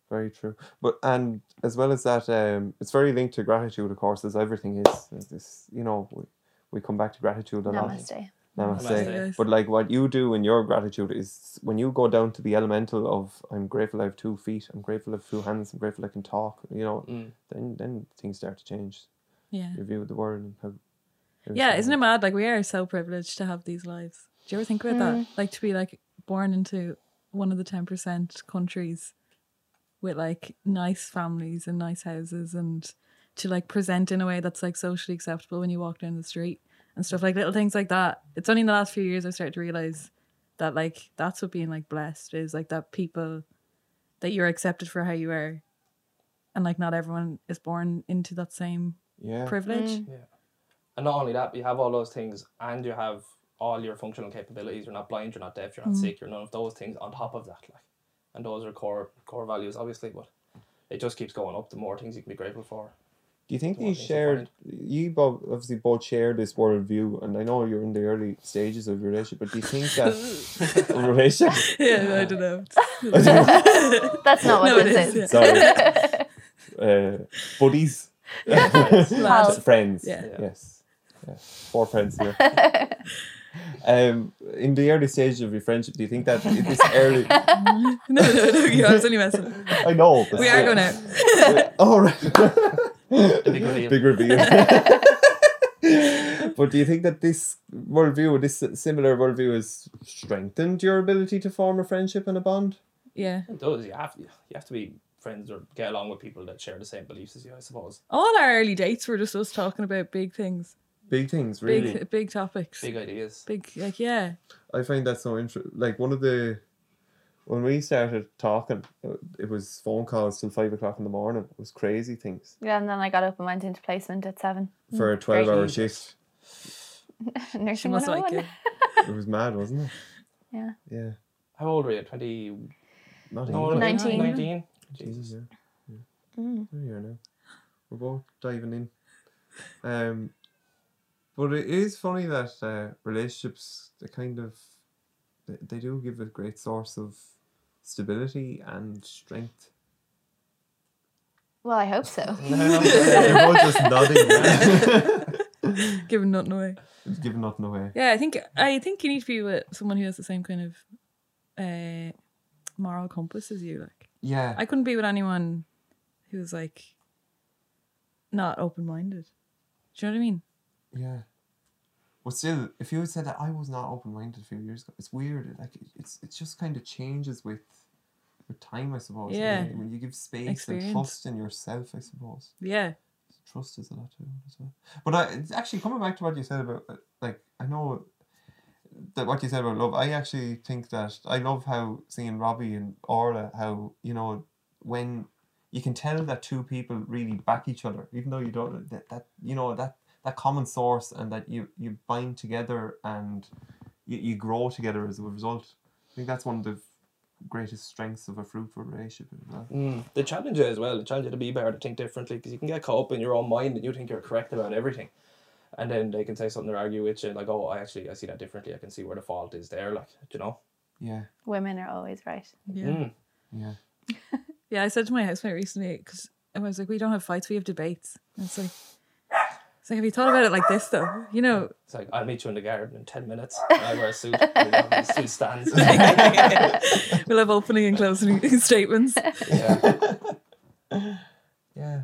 Speaker 2: Very true. But and as well as that, um, it's very linked to gratitude, of course, as everything is. It's- It's, you know, we, we come back to gratitude a lot.
Speaker 4: Namaste.
Speaker 2: Namaste.
Speaker 1: Namaste.
Speaker 3: Guys.
Speaker 2: But like what you do in your gratitude is when you go down to the elemental of I'm grateful I have two feet, I'm grateful I have two hands, I'm grateful I can talk, you know,
Speaker 1: Mm.
Speaker 2: then then things start to change.
Speaker 3: Yeah.
Speaker 2: Your view of the world and how
Speaker 3: Yeah, isn't it mad? Like we are so privileged to have these lives. Do you ever think about that? Like to be like born into one of the ten percent countries with like nice families and nice houses and to like present in a way that's like socially acceptable when you walk down the street and stuff like little things like that. It's only in the last few years I've started to realise that like that's what being like blessed is like that people that you're accepted for how you are. And like not everyone is born into that same
Speaker 2: Yeah.
Speaker 3: privilege.
Speaker 1: And not only that, but you have all those things and you have all your functional capabilities. You're not blind, you're not deaf, you're not sick, you're none of those things on top of that. Like, and those are core core values, obviously, but it just keeps going up the more things you can be grateful for.
Speaker 2: Do you think
Speaker 1: Come on,
Speaker 2: you
Speaker 1: things are
Speaker 2: shared? You both obviously both share this worldview, and I know you're in the early stages of your relationship. But do you think that relationship?
Speaker 3: yeah, I don't know.
Speaker 4: That's not what
Speaker 3: No, it
Speaker 4: this
Speaker 3: is,
Speaker 4: is.
Speaker 3: yeah.
Speaker 2: Sorry, uh, buddies,
Speaker 4: Pals.
Speaker 2: friends.
Speaker 3: Yeah.
Speaker 1: Yeah.
Speaker 2: Yes, yeah. four friends here. um, in the early stages of your friendship, do you think that in this early?
Speaker 3: No, no, no, yeah, I was only messing.
Speaker 2: I know but
Speaker 3: We are
Speaker 2: still.
Speaker 3: going out.
Speaker 2: Oh, right.
Speaker 1: big reveal.
Speaker 2: Big reveal. but do you think that this worldview, this similar worldview, has strengthened your ability to form a friendship and a bond?
Speaker 3: Yeah.
Speaker 1: It does. You have you have to be friends or get along with people that share the same beliefs as you, I suppose.
Speaker 3: All our early dates were just us talking about big things,
Speaker 2: Big things,
Speaker 3: big,
Speaker 2: really.
Speaker 3: big topics, big,
Speaker 1: Big ideas.
Speaker 3: like yeah,
Speaker 2: I find that so interesting. Like one of the when we started talking, uh, it was phone calls till five o'clock in the morning. It was crazy things
Speaker 4: Yeah, and then I got up and went into placement at seven.
Speaker 2: for a twelve-hour
Speaker 4: Crazy.
Speaker 2: shift.
Speaker 4: nursing
Speaker 3: She must like
Speaker 4: 101.
Speaker 3: it.
Speaker 2: It was mad, wasn't it?
Speaker 4: Yeah.
Speaker 2: Yeah.
Speaker 1: How old were you? 20.
Speaker 2: Not
Speaker 1: no,
Speaker 2: even.
Speaker 4: Nine. 19.
Speaker 1: 19?
Speaker 2: Jesus,
Speaker 1: Jesus.
Speaker 2: yeah.
Speaker 4: Mm.
Speaker 2: There you are now. We're both diving in. Um, but it is funny that uh, relationships, they kind of, they, they do give a great source of stability and strength.
Speaker 4: Well, I hope so.
Speaker 2: They're both just nodding.
Speaker 3: Giving nothing away.
Speaker 2: It's giving nothing away.
Speaker 3: Yeah, I think I think you need to be with someone who has the same kind of uh, moral compass as you. Like,
Speaker 2: Yeah.
Speaker 3: I couldn't be with anyone who's like not open minded. Do you know what I mean?
Speaker 2: Yeah. But still, if you had said that I was not open minded a few years ago, it's weird. Like it- it's it just kind of changes with with time, I suppose. you know,
Speaker 3: Yeah.
Speaker 2: When you give space
Speaker 3: Experience.
Speaker 2: and trust in yourself, I suppose.
Speaker 3: Yeah,
Speaker 2: Trust is a lot too as well. But I it's actually coming back to what you said about uh, like I know that what you said about love. I actually think that I love how seeing Robbie and Orla how you know when you can tell that two people really back each other, even though you don't that, that you know that that common source and that you you bind together and you, you grow together as a result. I think that's one of the greatest strengths of a fruitful relationship as well.
Speaker 1: Mm. The challenge as well, the challenge to be better, to think differently, because you can get caught up in your own mind and you think you're correct about everything. And then they can say something to argue with you, and like, oh, I actually I see that differently. I can see where the fault is there, like, do you know?
Speaker 2: Yeah,
Speaker 4: Women are always right.
Speaker 3: yeah,
Speaker 1: Mm.
Speaker 2: yeah.
Speaker 3: yeah. I said to my housemate recently because I was like, we don't have fights, we have debates. And it's like, it's like, have you thought about it like this though? You know,
Speaker 1: It's like, I'll meet you in the garden in 10 minutes. and I wear a suit. and we'll have these two stands.
Speaker 3: we'll have opening and closing statements.
Speaker 1: yeah.
Speaker 2: Yeah.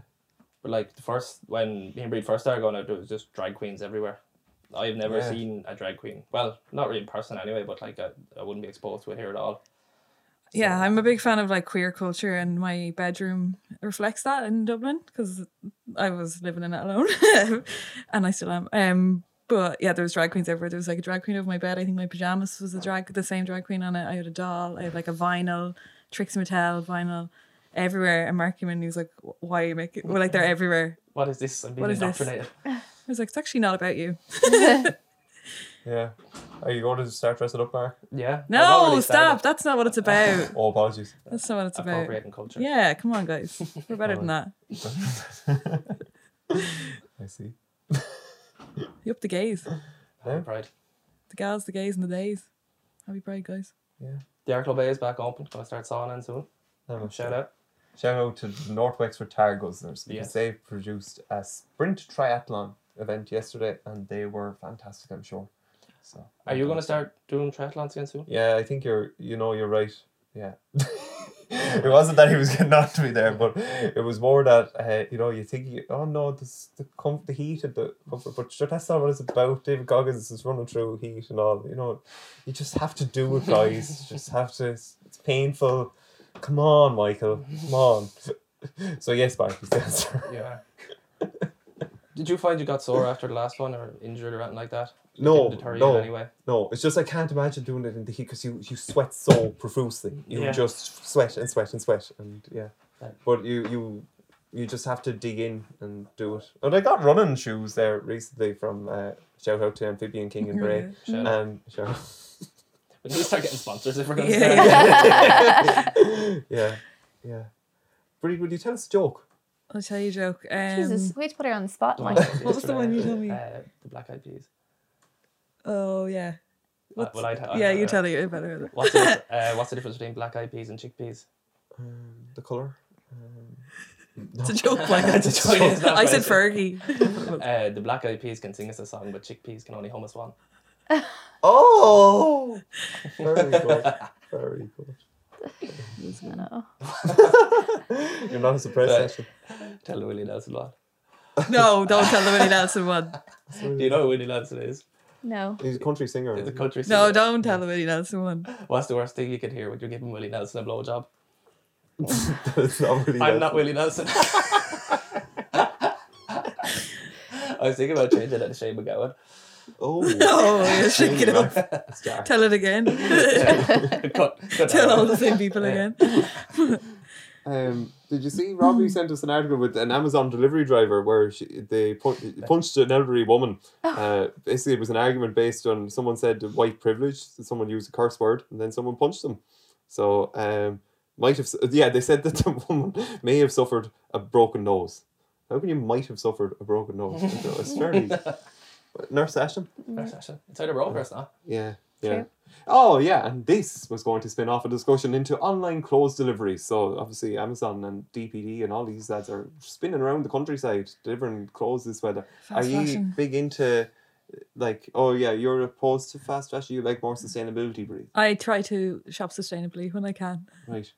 Speaker 1: But like, the first, when me and Breed first started going out, there was just drag queens everywhere. I've never
Speaker 2: Yeah.
Speaker 1: seen a drag queen. Well, not really in person anyway, but like, I, I wouldn't be exposed to it here at all.
Speaker 3: Yeah, I'm a big fan of like queer culture, and my bedroom reflects that in Dublin because I was living in it alone, and I still am. Um, but yeah, there was drag queens everywhere. There was like a drag queen over my bed. I think my pajamas was a drag, the same drag queen on it. I had a doll. I had like a vinyl, Trixie Mattel vinyl, everywhere. And Marky Man, he was like, "Why are you making?" Well, like they're everywhere.
Speaker 1: What is this? I'm being
Speaker 3: What is this?
Speaker 1: indoctrinated.
Speaker 3: I was like, "It's actually not about you."
Speaker 2: Yeah. Are you going to start dressing up, Mark?
Speaker 1: Yeah. I've
Speaker 3: No,
Speaker 1: already
Speaker 3: stop.
Speaker 1: started
Speaker 3: That's not what it's about.
Speaker 2: Oh, apologies.
Speaker 3: That's not what it's about.
Speaker 1: Appropriating culture.
Speaker 3: Yeah, come on, guys. We're better than that.
Speaker 2: I see.
Speaker 3: You up the gays.
Speaker 1: Happy Pride.
Speaker 3: The gals, the gays, and the days. Happy Pride, guys.
Speaker 1: The Arklow Bay is back open. Gonna start sawing in soon.
Speaker 2: Never.
Speaker 1: Shout out.
Speaker 2: Shout out to the North Wexford Tire Guzzlers because
Speaker 1: Yes.
Speaker 2: they produced a sprint triathlon event yesterday and they were fantastic, I'm sure. So
Speaker 1: Are you gonna start doing triathlons again soon?
Speaker 2: Yeah, I think you're you know you're right. Yeah. it wasn't that he was getting on to me there, but it was more that uh, you know you think you, oh no this the com- the heat and the comfort, but sure, that's not what it's about. David Goggins is running through heat and all. You know, you just have to do it, guys. You just have to. It's, it's painful. Come on, Michael. Come on. so yes, Mark is the answer.
Speaker 1: Yeah. Did you find you got sore after the last one or injured or anything like that? It
Speaker 2: No,
Speaker 1: didn't deter you
Speaker 2: no.
Speaker 1: in any way?
Speaker 2: No, it's just I can't imagine doing it in the heat because you, you sweat so profusely. You
Speaker 1: Yeah.
Speaker 2: just sweat and sweat and sweat and yeah.
Speaker 1: Right.
Speaker 2: But you you you just have to dig in and do it. And I got running shoes there recently from uh, shout out to Amphibian King and Bray.
Speaker 1: Shout out.
Speaker 2: Um, shout out.
Speaker 1: We need to start getting sponsors if we're gonna
Speaker 3: Yeah,
Speaker 1: start.
Speaker 2: yeah, yeah. Bree, would you tell us a joke?
Speaker 3: I'll tell you a joke. Um,
Speaker 4: Oh, Jesus, we had to put her on the spot. Like,
Speaker 3: What was the one you told me?
Speaker 1: Uh, the Black Eyed Peas.
Speaker 3: Oh, yeah. What's-
Speaker 1: Uh, well, I tell-
Speaker 3: yeah,
Speaker 1: I-
Speaker 3: you
Speaker 1: I-
Speaker 3: tell it. You're better.
Speaker 1: What's the, dif- uh, what's the difference between black eyed peas and chickpeas?
Speaker 2: Um, the color. Um,
Speaker 3: It's a joke. Like, I
Speaker 1: It's a joke, it's not
Speaker 3: said
Speaker 1: right.
Speaker 3: Fergie.
Speaker 1: Uh, the black eyed peas can sing us a song, but chickpeas can only hum us one.
Speaker 2: oh, very good, very good.
Speaker 4: I don't know.
Speaker 2: You're not a surprise
Speaker 1: But-
Speaker 2: session.
Speaker 1: Tell Willie Nelson what.
Speaker 3: no, don't tell them any Nelson one.
Speaker 1: Do you know who Willie Nelson is?
Speaker 4: No.
Speaker 2: He's a country singer.
Speaker 1: He's a country
Speaker 3: No,
Speaker 1: singer.
Speaker 3: don't tell them any Nelson one.
Speaker 1: What's the worst thing you could hear when you're giving Willie Nelson a blowjob?
Speaker 2: That's not really
Speaker 1: I'm
Speaker 2: that-
Speaker 1: not Willie Nelson. I was thinking about changing it to Shane McGowan.
Speaker 2: Oh,
Speaker 3: Oh, yeah, shake it up.
Speaker 2: That's dark.
Speaker 3: Tell it again.
Speaker 1: Yeah. Cut- cut
Speaker 3: tell
Speaker 1: that
Speaker 3: all
Speaker 1: out.
Speaker 3: the same people again.
Speaker 2: Um, did you see Robbie sent us an article with an Amazon delivery driver where she, they pu- punched an elderly woman? Uh, basically, it was an argument based on someone said white privilege, so someone used a curse word, and then someone punched them. So, um, might have, su- yeah, they said that the woman may have suffered a broken nose. How can you might have suffered a broken nose? it's fairly. Nurse Ashton?
Speaker 1: Nurse Ashton. It's either broke or it's not.
Speaker 2: Yeah. Yeah.
Speaker 4: True.
Speaker 2: Oh yeah, and this was going to spin off a discussion into online clothes delivery. So obviously Amazon and DPD and all these lads are spinning around the countryside delivering clothes this weather.
Speaker 3: Fast
Speaker 2: are you
Speaker 3: fashion.
Speaker 2: big into like oh yeah, you're opposed to fast fashion, you like more sustainability breathe.
Speaker 3: I try to shop sustainably when I can.
Speaker 2: Right.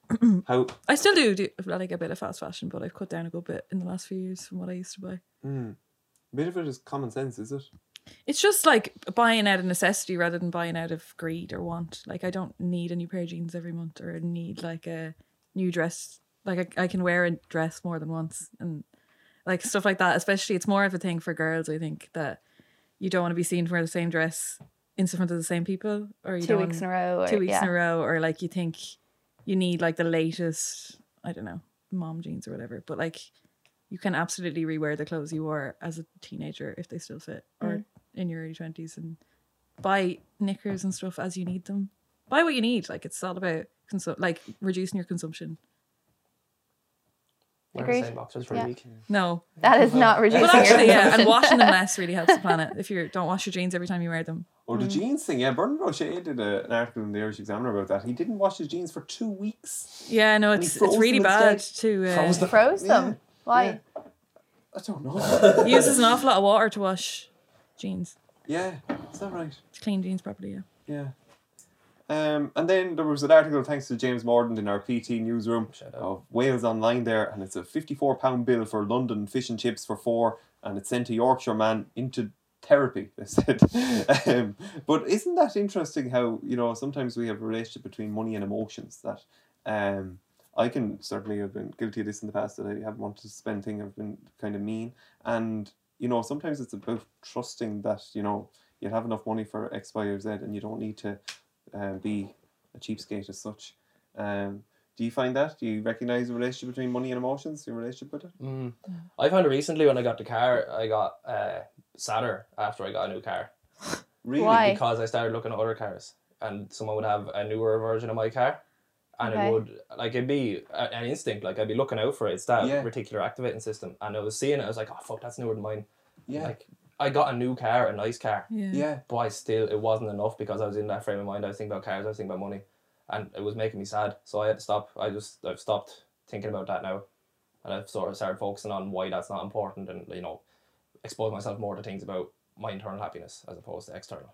Speaker 2: How
Speaker 3: I still do, do like a bit of fast fashion, but I've cut down a good bit in the last few years from what I used to buy.
Speaker 2: mm, a bit of it is common sense, is it?
Speaker 3: It's just like buying out of necessity rather than buying out of greed or want. Like I don't need a new pair of jeans every month or need like a new dress. Like I, I can wear a dress more than once and like stuff like that. Especially it's more of a thing for girls, I think, that you don't want to be seen to wear the same dress in front of the same people or you
Speaker 4: Two
Speaker 3: don't
Speaker 4: weeks in a row. Or,
Speaker 3: two weeks
Speaker 4: yeah.
Speaker 3: in a row, or like you think you need like the latest, I don't know, mom jeans or whatever. But like you can absolutely rewear the clothes you wore as a teenager if they still fit,
Speaker 4: Mm.
Speaker 3: or in your early twenties, and buy knickers and stuff as you need them. Buy what you need. Like it's all about consu- like reducing your consumption.
Speaker 1: Wear
Speaker 4: Agreed.
Speaker 1: the same boxers for
Speaker 4: Yeah.
Speaker 1: a week.
Speaker 3: No,
Speaker 4: That is not reducing
Speaker 3: but
Speaker 4: your
Speaker 3: actually, yeah, and
Speaker 4: consumption.
Speaker 3: washing them less really helps the planet. If you don't wash your jeans every time you wear them,
Speaker 2: Or the jeans thing, yeah. Bernard O'Shea did a, an article in the Irish Examiner about that. He didn't wash his jeans for two weeks.
Speaker 3: yeah, no,
Speaker 2: he
Speaker 3: it's
Speaker 2: froze
Speaker 3: it's really
Speaker 2: them
Speaker 3: bad
Speaker 2: instead.
Speaker 3: to uh,
Speaker 1: Froze them.
Speaker 4: Froze them.
Speaker 2: Yeah.
Speaker 4: Why?
Speaker 2: Yeah. I don't know.
Speaker 3: uses an awful lot of water to wash jeans,
Speaker 2: yeah, is that right?
Speaker 3: to clean jeans properly. Yeah.
Speaker 2: Yeah. Um, and then there was an article, thanks to James Morden in our PT newsroom
Speaker 1: Shout out.
Speaker 2: of Wales Online there, and it's a fifty-four pound bill for London fish and chips for four, and it's sent a Yorkshire man into therapy. They said, um, but isn't that interesting? How you know sometimes we have a relationship between money and emotions. That um, I can certainly have been guilty of this in the past that I haven't wanted to spend things. I've been kind of mean, and you know sometimes it's about trusting that you know you'll have enough money for X, Y, or Z, and you don't need to uh, be a cheapskate as such. Um, do you find that? Do you recognize the relationship between money and emotions? Your relationship with it?
Speaker 1: Mm. I found recently when I got the car, I got uh, sadder after I got a new car
Speaker 2: Really?
Speaker 4: Why?
Speaker 1: because I started looking at other cars, and someone would have a newer version of my car, and
Speaker 4: Okay.
Speaker 1: it would like it'd be a- an instinct, like I'd be looking out for it. It's that
Speaker 2: Yeah.
Speaker 1: reticular activating system, and I was seeing it. I was like, oh fuck, that's newer than mine.
Speaker 2: Yeah.
Speaker 1: Like I got a new car, a nice car,
Speaker 2: yeah.
Speaker 1: but I still it wasn't enough because I was in that frame of mind. I was thinking about cars, I was thinking about money, and it was making me sad. So I had to stop. I just I've stopped thinking about that now, and I've sort of started focusing on why that's not important, and you know, expose myself more to things about my internal happiness as opposed to external.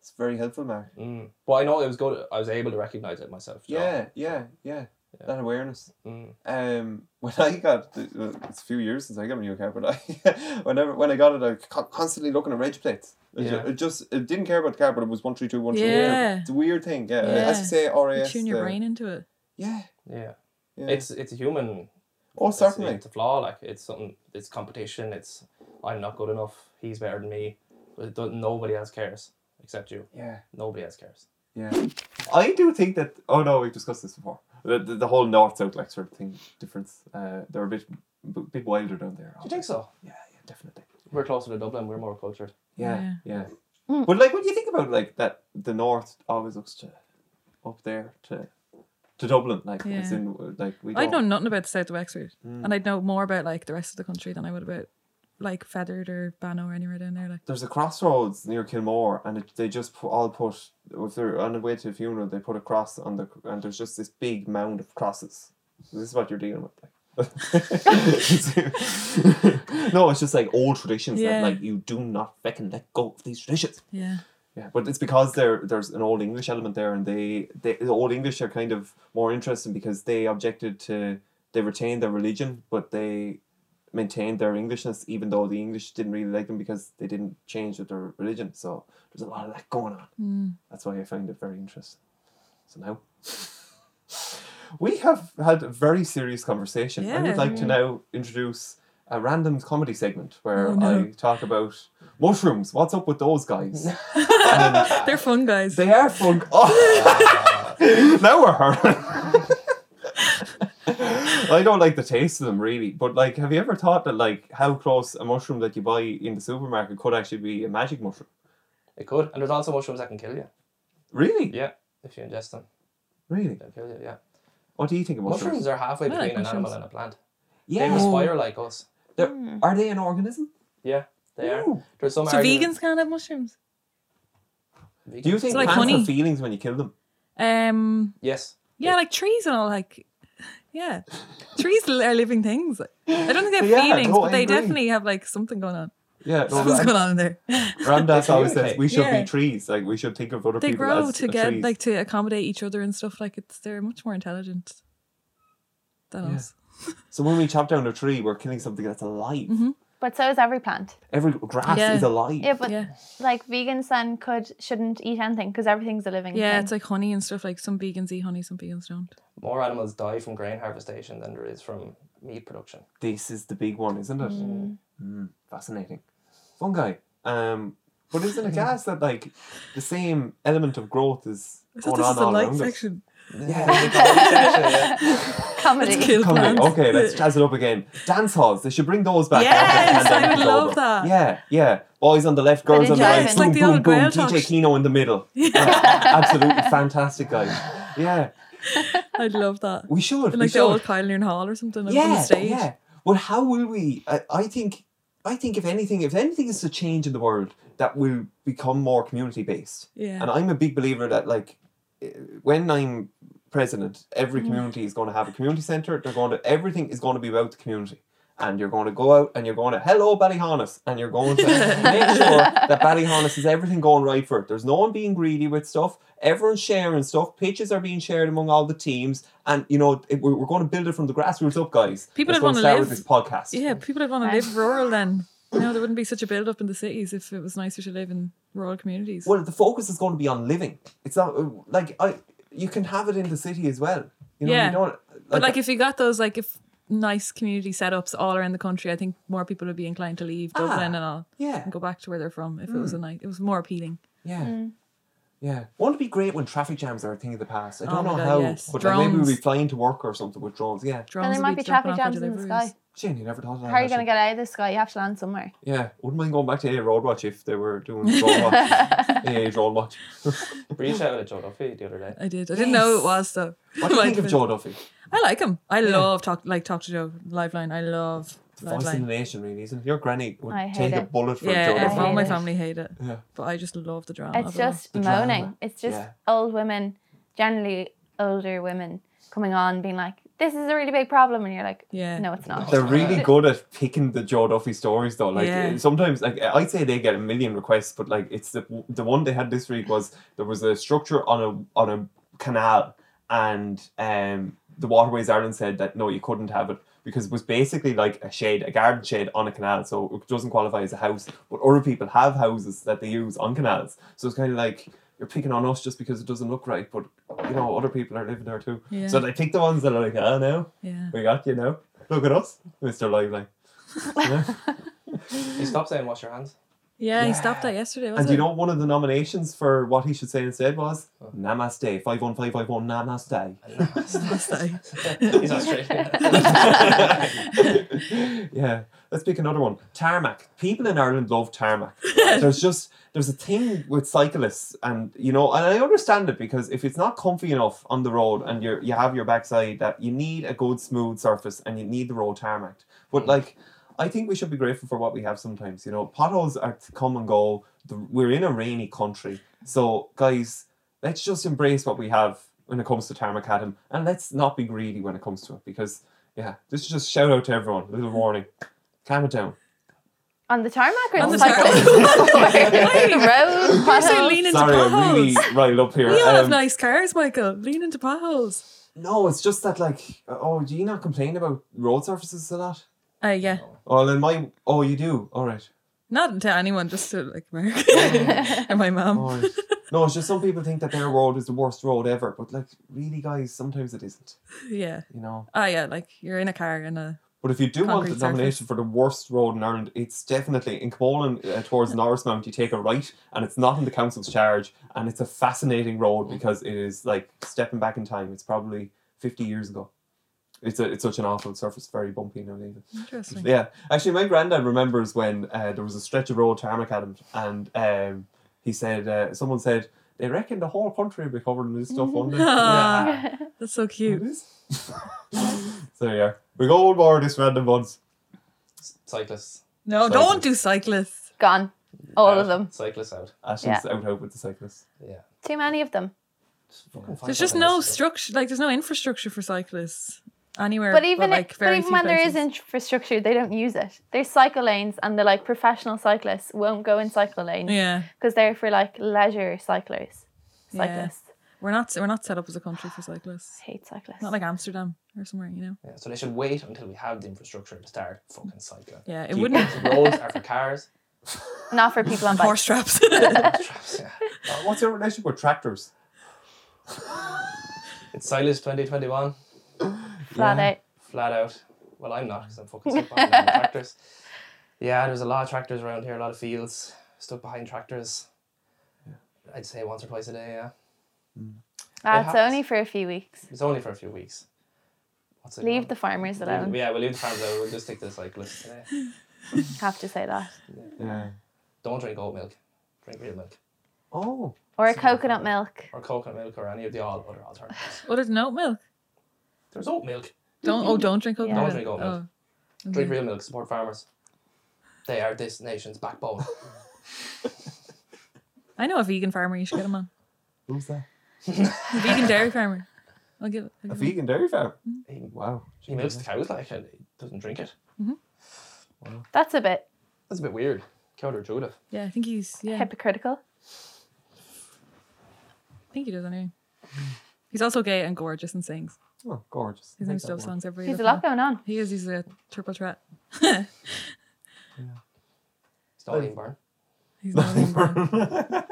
Speaker 2: It's very helpful, Mark.
Speaker 1: Mm. But I know it was good. I was able to recognize it myself. you know?
Speaker 2: Yeah, yeah, yeah. That awareness.
Speaker 1: Mm.
Speaker 2: Um, when I got the, well, it's a few years since I got a new car, but I whenever when I got it, I was con- constantly looking at reg plates. It ju-
Speaker 1: Yeah.
Speaker 2: It just it didn't care about the car, but it was one three two one three two.
Speaker 3: Yeah.
Speaker 2: It's a weird thing. Yeah.
Speaker 3: Yeah.
Speaker 2: As you say,
Speaker 3: You
Speaker 2: RAS.
Speaker 3: tune your
Speaker 2: the-
Speaker 3: brain into
Speaker 2: uh,
Speaker 3: it.
Speaker 2: Yeah.
Speaker 1: Yeah.
Speaker 2: yeah.
Speaker 1: It's it's a human.
Speaker 2: oh
Speaker 1: it's-
Speaker 2: certainly.
Speaker 1: It's, a flaw. Like it's something. It's competition. It's I'm not good enough. He's better than me. But it don't- nobody else cares except you.
Speaker 2: yeah.
Speaker 1: Nobody else cares.
Speaker 2: Yeah. I do think that. Oh no, we've discussed this before. The, the, the whole north south like sort of thing difference. Uh, they're a bit b- bit wilder down there.
Speaker 1: Do you think so?
Speaker 2: Yeah, yeah, definitely.
Speaker 1: We're closer to Dublin. We're more cultured.
Speaker 2: Yeah, yeah.
Speaker 4: Mm.
Speaker 2: But like, what do you think about like that? The north always looks to up there to to Dublin, like as
Speaker 3: Yeah.
Speaker 2: in uh, like we.
Speaker 3: I'd
Speaker 2: Don't,
Speaker 3: know nothing about the south of Wexford,
Speaker 2: Mm.
Speaker 3: and I'd know more about like the rest of the country than I would about like Feathered or Banno or anywhere down there. Like,
Speaker 2: There's a crossroads near Kilmore, and it, they just pu- all put if they're on the way to a funeral, they put a cross on the and there's just this big mound of crosses. This is what you're dealing with. Like. no, it's just like old traditions
Speaker 3: Yeah.
Speaker 2: that like you do not fucking let go of these traditions.
Speaker 3: yeah,
Speaker 2: Yeah, but it's because there there's an old English element there, and they, they the old English are kind of more interesting because they objected to they retained their religion, but they maintained their Englishness, even though the English didn't really like them because they didn't change with their religion. So there's a lot of that going on.
Speaker 3: mm.
Speaker 2: That's why I find it very interesting. So now we have had a very serious conversation. I
Speaker 3: Yeah.
Speaker 2: would like to now introduce a random comedy segment where
Speaker 3: Oh, no.
Speaker 2: I talk about mushrooms. What's up with those guys?
Speaker 3: they're fun guys.
Speaker 2: They are fun. Oh. now we're hurting. I don't like the taste of them really, but like, have you ever thought that like how close a mushroom that you buy in the supermarket could actually be a magic mushroom?
Speaker 1: It could. And there's also mushrooms that can kill you.
Speaker 2: Really?
Speaker 1: Yeah. If you ingest them,
Speaker 2: Really?
Speaker 1: they'll kill you. Yeah.
Speaker 2: What do you think of mushrooms?
Speaker 1: Mushrooms are halfway
Speaker 3: I like
Speaker 1: between an animal
Speaker 3: mushrooms.
Speaker 1: and a plant. They
Speaker 2: Yeah.
Speaker 1: respire like us.
Speaker 2: They're- Are they an organism?
Speaker 1: Yeah. They are.
Speaker 2: Ooh.
Speaker 1: There's some
Speaker 3: So
Speaker 1: argument-
Speaker 3: vegans can't have mushrooms.
Speaker 1: Vegans?
Speaker 2: Do you think
Speaker 3: like
Speaker 2: plants
Speaker 3: honey.
Speaker 2: have feelings when you kill them?
Speaker 3: Um,
Speaker 1: Yes.
Speaker 3: yeah, like trees and all. Like, yeah, trees li- are living things. I don't think they have
Speaker 2: Yeah,
Speaker 3: feelings,
Speaker 2: no,
Speaker 3: but
Speaker 2: I
Speaker 3: they
Speaker 2: agree.
Speaker 3: definitely have like something going on.
Speaker 2: Yeah. No,
Speaker 3: Something's
Speaker 2: Ram-
Speaker 3: going on in there.
Speaker 2: Ramdas
Speaker 1: They
Speaker 2: always says
Speaker 1: communicate.
Speaker 2: we should
Speaker 3: Yeah.
Speaker 2: be trees. Like we should think of other
Speaker 3: They
Speaker 2: people
Speaker 3: grow
Speaker 2: as
Speaker 3: to
Speaker 2: uh,
Speaker 3: get
Speaker 2: trees.
Speaker 3: like to accommodate each other and stuff. Like it's they're much more intelligent than
Speaker 2: Yeah.
Speaker 3: us.
Speaker 2: So when we chop down a tree, we're killing something that's alive.
Speaker 3: Mhm.
Speaker 4: But so is every plant.
Speaker 2: Every grass
Speaker 3: Yeah.
Speaker 2: is alive.
Speaker 4: Yeah, but
Speaker 3: yeah,
Speaker 4: like vegans then could shouldn't eat anything because everything's a living
Speaker 3: yeah,
Speaker 4: thing.
Speaker 3: it's like honey and stuff. Like some vegans eat honey, some vegans don't.
Speaker 1: More animals die from grain harvestation than there is from meat production.
Speaker 2: This is the big one, isn't it?
Speaker 4: Mm.
Speaker 2: Mm, fascinating. Fungi. Um, but isn't it gas that like the same element of growth is
Speaker 3: I
Speaker 2: going
Speaker 3: thought this
Speaker 2: on
Speaker 3: is the
Speaker 2: all
Speaker 3: light
Speaker 2: around
Speaker 3: section.
Speaker 1: Yeah.
Speaker 3: Let's
Speaker 4: comedy.
Speaker 3: kill
Speaker 2: us? Comedy.
Speaker 3: plants.
Speaker 2: Okay, let's jazz it up again. Dance halls. They should bring those back.
Speaker 3: Yes,
Speaker 2: after the pandemic
Speaker 3: I would
Speaker 2: is
Speaker 3: love
Speaker 2: over.
Speaker 3: that.
Speaker 2: Yeah, yeah. Boys on the left, girls on the
Speaker 4: enjoy
Speaker 2: right.
Speaker 4: it. It's
Speaker 2: boom,
Speaker 3: like the
Speaker 2: boom,
Speaker 3: old
Speaker 2: boom.
Speaker 3: Groundhog
Speaker 2: DJ
Speaker 3: Sh-
Speaker 2: Kino in the middle.
Speaker 3: Yeah,
Speaker 2: Absolutely fantastic, guys. Yeah,
Speaker 3: I'd love that.
Speaker 2: we should.
Speaker 3: In,
Speaker 2: we
Speaker 3: like the
Speaker 2: should.
Speaker 3: old Pioneer Hall or something. Like on the
Speaker 2: yeah,
Speaker 3: stage.
Speaker 2: yeah. Well, how will we? I, I think, I think if anything, if anything is to change in the world, that will become more community based.
Speaker 3: Yeah.
Speaker 2: And I'm a big believer that like, eh, when I'm president, every
Speaker 3: Mm.
Speaker 4: Mhm.
Speaker 2: community is going to have a community center. They're going to everything is going to be about the community. And you're going to go out and you're going to hello Ballyhonus and you're going to make sure that Ballyhonus is everything going right for it. There's no one being greedy with stuff. Everyone's sharing stuff. Pitches are being shared among all the teams, and you know it, we're, we're going to build it from the grassroots up, guys.
Speaker 3: People
Speaker 2: It's
Speaker 3: that
Speaker 2: going to
Speaker 3: wanna
Speaker 2: start with
Speaker 3: live.
Speaker 2: this podcast.
Speaker 3: Yeah, people would want to
Speaker 4: Right.
Speaker 3: live rural then. You know, there wouldn't be such a build up in the cities if it was nicer to live in rural communities.
Speaker 2: Well, the focus is going to be on living. It's not uh, like I. You can have it in the city as well. You know,
Speaker 3: Yeah.
Speaker 2: you don't. Like,
Speaker 3: but like if you got those like if nice community setups all around the country, I think more people would be inclined to leave Dublin
Speaker 2: Ah. Hmm.
Speaker 3: and all
Speaker 2: yeah,
Speaker 3: and go back to where they're from if it was a nice it was more appealing.
Speaker 2: yeah,
Speaker 4: Mm.
Speaker 2: yeah. Won't it be great when traffic jams are a thing of the past? I
Speaker 3: Oh
Speaker 2: don't
Speaker 3: my
Speaker 2: know
Speaker 3: God,
Speaker 2: how,
Speaker 3: yes.
Speaker 2: but like, maybe we'll be
Speaker 3: Drones.
Speaker 2: flying to work or something with drones. Yeah,
Speaker 3: Drones
Speaker 4: And there
Speaker 3: would
Speaker 4: might be
Speaker 3: dropping
Speaker 4: traffic
Speaker 3: off
Speaker 4: jams
Speaker 3: your
Speaker 4: in the
Speaker 3: deliveries.
Speaker 4: sky.
Speaker 2: Shane, you never thought of that.
Speaker 4: How are you going to
Speaker 2: actually.
Speaker 4: get out of the sky? You have to land somewhere.
Speaker 2: Yeah, wouldn't mind going back to AA Road Watch if they were doing Drone Watch. AA Drone Watch.
Speaker 1: Reach out at Joe Duffy the other day.
Speaker 3: I did. I didn't know
Speaker 2: Yes.
Speaker 3: it was though.
Speaker 2: What do you
Speaker 3: My
Speaker 2: think of
Speaker 3: defense.
Speaker 2: Joe Duffy?
Speaker 3: I like him. I love talk like talk to Joe Liveline. I love
Speaker 2: Voice of the
Speaker 3: Liveline.
Speaker 2: nation, really, isn't it? Your granny would
Speaker 4: I hate
Speaker 2: take a
Speaker 4: it.
Speaker 2: bullet for Joe
Speaker 3: Yeah,
Speaker 4: I
Speaker 2: Duffy.
Speaker 3: all
Speaker 4: hate
Speaker 3: my
Speaker 4: it.
Speaker 3: family hate it,
Speaker 2: Yeah.
Speaker 3: but I just love the drama.
Speaker 4: It's
Speaker 3: of it all.
Speaker 4: just
Speaker 2: The drama.
Speaker 4: moaning. It's just
Speaker 2: Yeah.
Speaker 4: old women, generally older women, coming on being like, "This is a really big problem," and you're like,
Speaker 3: yeah.
Speaker 4: "No, it's not."
Speaker 2: They're really good at picking the Joe Duffy stories, though. Like
Speaker 3: Yeah.
Speaker 2: sometimes, like I'd say they get a million requests, but like it's the the one they had this week was there was a structure on a on a canal, and um the Waterways Ireland said that no, you couldn't have it because it was basically like a shade, a garden shade on a canal, so it doesn't qualify as a house. But other people have houses that they use on canals, so it's kind of like. You're picking on us just because it doesn't look right, but you know other people are living there too.
Speaker 3: Yeah.
Speaker 2: So they pick the ones that are like, oh no,
Speaker 3: Yeah.
Speaker 2: we got you now. Look at us, Mr. Lively. Yeah.
Speaker 1: You stop saying wash your hands.
Speaker 3: Yeah,
Speaker 2: Yeah.
Speaker 3: he stopped that yesterday,
Speaker 2: and
Speaker 3: wasn't
Speaker 2: do you
Speaker 3: it?
Speaker 2: know one of the nominations for what he should say instead was Namaste five one five five one Namaste.
Speaker 1: He's Australian.
Speaker 2: yeah, let's pick another one. Tarmac. People in Ireland love tarmac. there's just there's a thing with cyclists, and you know, and I understand it because if it's not comfy enough on the road, and you are you have your backside, that you need a good smooth surface, and you need the road tarmac. But like, I think we should be grateful for what we have sometimes. You know, potholes are to come and go. The, we're in a rainy country, so guys, let's just embrace what we have when it comes to tarmac Adam, and let's not be greedy when it comes to it because yeah, this is just shout out to everyone. A little warning. Calm it down.
Speaker 4: On the tarmac or
Speaker 3: On
Speaker 4: the
Speaker 3: the tarmac.
Speaker 4: cycling? road
Speaker 3: You're so
Speaker 4: potholes.
Speaker 3: lean into
Speaker 2: Sorry, I'm
Speaker 3: potholes.
Speaker 2: really riled up here.
Speaker 3: We all have
Speaker 2: Um,
Speaker 3: nice cars, Michael. Lean into potholes.
Speaker 2: no, it's just that like, oh, do you not complain about road surfaces a lot?
Speaker 3: Uh, yeah.
Speaker 2: Oh, then my, oh, you do. All right.
Speaker 3: Not to anyone, just to like America and my mom.
Speaker 2: All right. No, it's just some people think that their road is the worst road ever, but like, really, guys, sometimes it isn't.
Speaker 3: Yeah.
Speaker 2: You know.
Speaker 3: Oh yeah, like you're in a car and uh, a
Speaker 2: But if you do want
Speaker 3: Concrete
Speaker 2: the
Speaker 3: surface.
Speaker 2: nomination for the worst road in Ireland, it's definitely in Camolan uh, towards Norrismount. You take a right, and it's not in the council's charge, and it's a
Speaker 3: Mm.
Speaker 2: fascinating road because it is like stepping back in time. It's probably fifty years ago. It's a, it's such an awful surface, very bumpy now even.
Speaker 3: Interesting.
Speaker 2: Yeah, actually, my granddad remembers when uh, there was a stretch of road tarmac at him, and um, he said, uh, someone said, they reckon the whole country will be covered in this stuff one day.
Speaker 3: Aw.
Speaker 2: Yeah.
Speaker 3: That's so
Speaker 2: It
Speaker 3: cute.
Speaker 2: is. so yeah, we go all more of this random ones.
Speaker 1: Cyclists.
Speaker 3: No,
Speaker 2: Mm-hmm. Cyclists.
Speaker 3: don't do cyclists.
Speaker 4: Gone. All
Speaker 1: out.
Speaker 4: of them.
Speaker 1: Cyclists out.
Speaker 2: Ashley's out out with the cyclists.
Speaker 1: Yeah.
Speaker 4: Too many of them.
Speaker 3: There's just no structure, like there's no infrastructure for cyclists anywhere.
Speaker 4: But even,
Speaker 3: like
Speaker 4: if, but
Speaker 3: very
Speaker 4: even
Speaker 3: few
Speaker 4: when there
Speaker 3: places.
Speaker 4: is infrastructure, they don't use it. There's cycle lanes, and the like professional cyclists won't go in cycle lanes
Speaker 3: yeah,
Speaker 4: because they're for like leisure cyclers.
Speaker 3: Yeah.
Speaker 4: Cyclists
Speaker 3: we're not we're not set up as a country for cyclists.
Speaker 4: hate cyclists.
Speaker 3: Not like Amsterdam or somewhere, you know.
Speaker 1: Yeah, so they should wait until we have the infrastructure to start fucking cycling.
Speaker 3: Yeah, it
Speaker 2: Keep
Speaker 3: wouldn't.
Speaker 1: The roads are for cars.
Speaker 4: Not for people on
Speaker 3: Horse
Speaker 4: bikes.
Speaker 3: straps.
Speaker 1: Traps, yeah.
Speaker 2: Uh, what's your relationship with tractors?
Speaker 1: It's Silas 2021,
Speaker 4: Flat
Speaker 2: Yeah.
Speaker 4: out.
Speaker 1: flat out. Well, I'm not because I'm fucking stuck behind all the tractors. Yeah, there's a lot of tractors around here, a lot of fields, stuck behind tractors. I'd say once or twice a day, yeah.
Speaker 4: Ah,
Speaker 1: It
Speaker 4: it's
Speaker 1: happens.
Speaker 4: only for a few weeks.
Speaker 1: It's only for a few weeks. What's it
Speaker 4: Leave
Speaker 1: called?
Speaker 4: the farmers
Speaker 1: Leave-
Speaker 4: alone.
Speaker 1: Yeah, we'll leave the farms out. We'll just stick to the cyclists today.
Speaker 4: Have to say that.
Speaker 2: Yeah.
Speaker 1: Don't drink oat milk. Drink real milk.
Speaker 2: Oh.
Speaker 4: Or a
Speaker 1: It's not
Speaker 4: coconut
Speaker 1: fun.
Speaker 4: milk.
Speaker 1: Or coconut milk or any of the all other alternatives.
Speaker 3: what is oat milk?
Speaker 1: There's oat milk.
Speaker 3: Don't oh don't drink oat
Speaker 4: Yeah.
Speaker 3: milk.
Speaker 1: Don't drink oat milk.
Speaker 3: Oh.
Speaker 1: Drink
Speaker 4: Mm-hmm.
Speaker 3: Okay.
Speaker 1: real milk, support farmers. They are this nation's backbone.
Speaker 3: I know a vegan farmer. You should get him on.
Speaker 2: Who's that?
Speaker 3: A vegan dairy farmer. I'll give. I'll
Speaker 2: A
Speaker 3: give him-
Speaker 2: vegan dairy farm.
Speaker 1: he,
Speaker 2: Wow.
Speaker 1: he milks the cows like and he doesn't drink it.
Speaker 4: That's a bit
Speaker 1: That's a bit weird. Counterintuitive.
Speaker 3: Yeah, I think he's. Yeah,
Speaker 4: hypocritical.
Speaker 3: I think he does anyway. He's also gay and gorgeous and sings.
Speaker 2: Oh, gorgeous.
Speaker 3: His
Speaker 2: I
Speaker 3: name
Speaker 2: like that
Speaker 3: still
Speaker 2: one.
Speaker 3: songs every.
Speaker 4: There's a
Speaker 3: little
Speaker 4: lot
Speaker 3: while.
Speaker 4: going on.
Speaker 3: He is. He's a triple threat. he's
Speaker 1: It's not even burn.
Speaker 3: not even brown.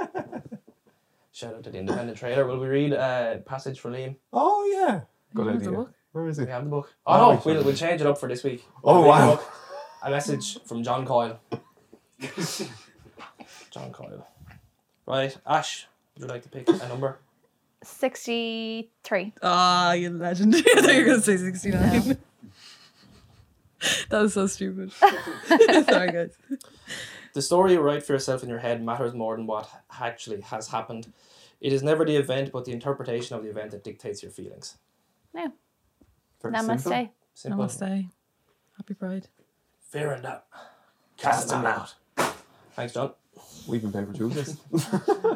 Speaker 1: Shout out to the independent trailer. Will we read a passage for Liam?
Speaker 2: oh yeah. Good
Speaker 3: That's a
Speaker 2: idea.
Speaker 3: book.
Speaker 2: Where is
Speaker 1: Do
Speaker 2: it?
Speaker 1: we have the book?
Speaker 2: Yeah,
Speaker 1: Oh
Speaker 2: we
Speaker 1: no,
Speaker 2: should.
Speaker 1: we'll, we'll change it up for this week.
Speaker 2: Oh,
Speaker 1: We'll read
Speaker 2: wow.
Speaker 1: the book. A message from John Coyle. John Coyle. Right, Ash, would you like to pick a number?
Speaker 4: 63.
Speaker 3: Ah, you legend. I thought you were going to say 69. that was so stupid. Sorry, guys.
Speaker 1: The story you write for yourself in your head matters more than what actually has happened. It is never the event, but the interpretation of the event that dictates your feelings.
Speaker 2: Very simple.
Speaker 4: Namaste.
Speaker 1: Simple.
Speaker 3: Namaste. Happy Pride.
Speaker 1: Fear and doubt. Cast them out. Thanks, John.
Speaker 2: We've been paper Tuesdays.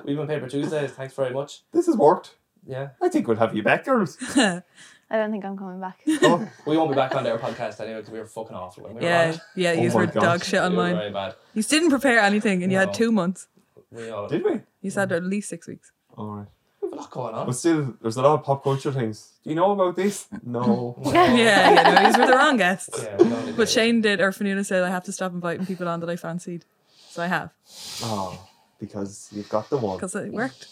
Speaker 1: We've been Paper Tuesdays. Thanks very much.
Speaker 2: this has worked.
Speaker 1: Yeah.
Speaker 2: I think we'll have you back, girls.
Speaker 4: I don't think I'm coming back.
Speaker 2: Oh,
Speaker 1: We won't be back on their podcast anyway because we were fucking awful when we
Speaker 3: yeah,
Speaker 1: were
Speaker 3: yeah,
Speaker 2: Oh
Speaker 3: you
Speaker 2: my
Speaker 3: were
Speaker 2: gosh.
Speaker 3: dog shit
Speaker 1: on.
Speaker 3: on
Speaker 1: We were
Speaker 3: mine.
Speaker 1: very bad.
Speaker 3: You didn't prepare anything and you
Speaker 1: No.
Speaker 3: had two months.
Speaker 1: We all
Speaker 2: did we?
Speaker 3: You said at least six weeks.
Speaker 2: All right.
Speaker 1: we have a lot going on.
Speaker 2: But still, there's a lot of pop culture things. Do you know about this? No.
Speaker 1: Yeah,
Speaker 3: Yeah, yeah, no, these were the wrong guests.
Speaker 1: Yeah, we don't do
Speaker 3: But
Speaker 1: that.
Speaker 3: Shane did, or Fanuna said, I have to stop inviting people on that I fancied. So I have,
Speaker 2: oh, because you've got the one.
Speaker 3: because it worked.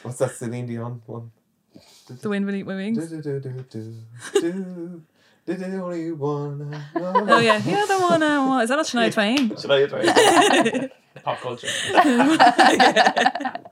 Speaker 2: What's that Celine Dion one?
Speaker 3: The wind beneath my wings.
Speaker 2: Do-do-do-do-do. Did it only one?
Speaker 3: Oh, yeah. Yeah, the one I want. Is that not Shania Twain?
Speaker 2: Should I try?
Speaker 1: Pop culture.
Speaker 3: yeah.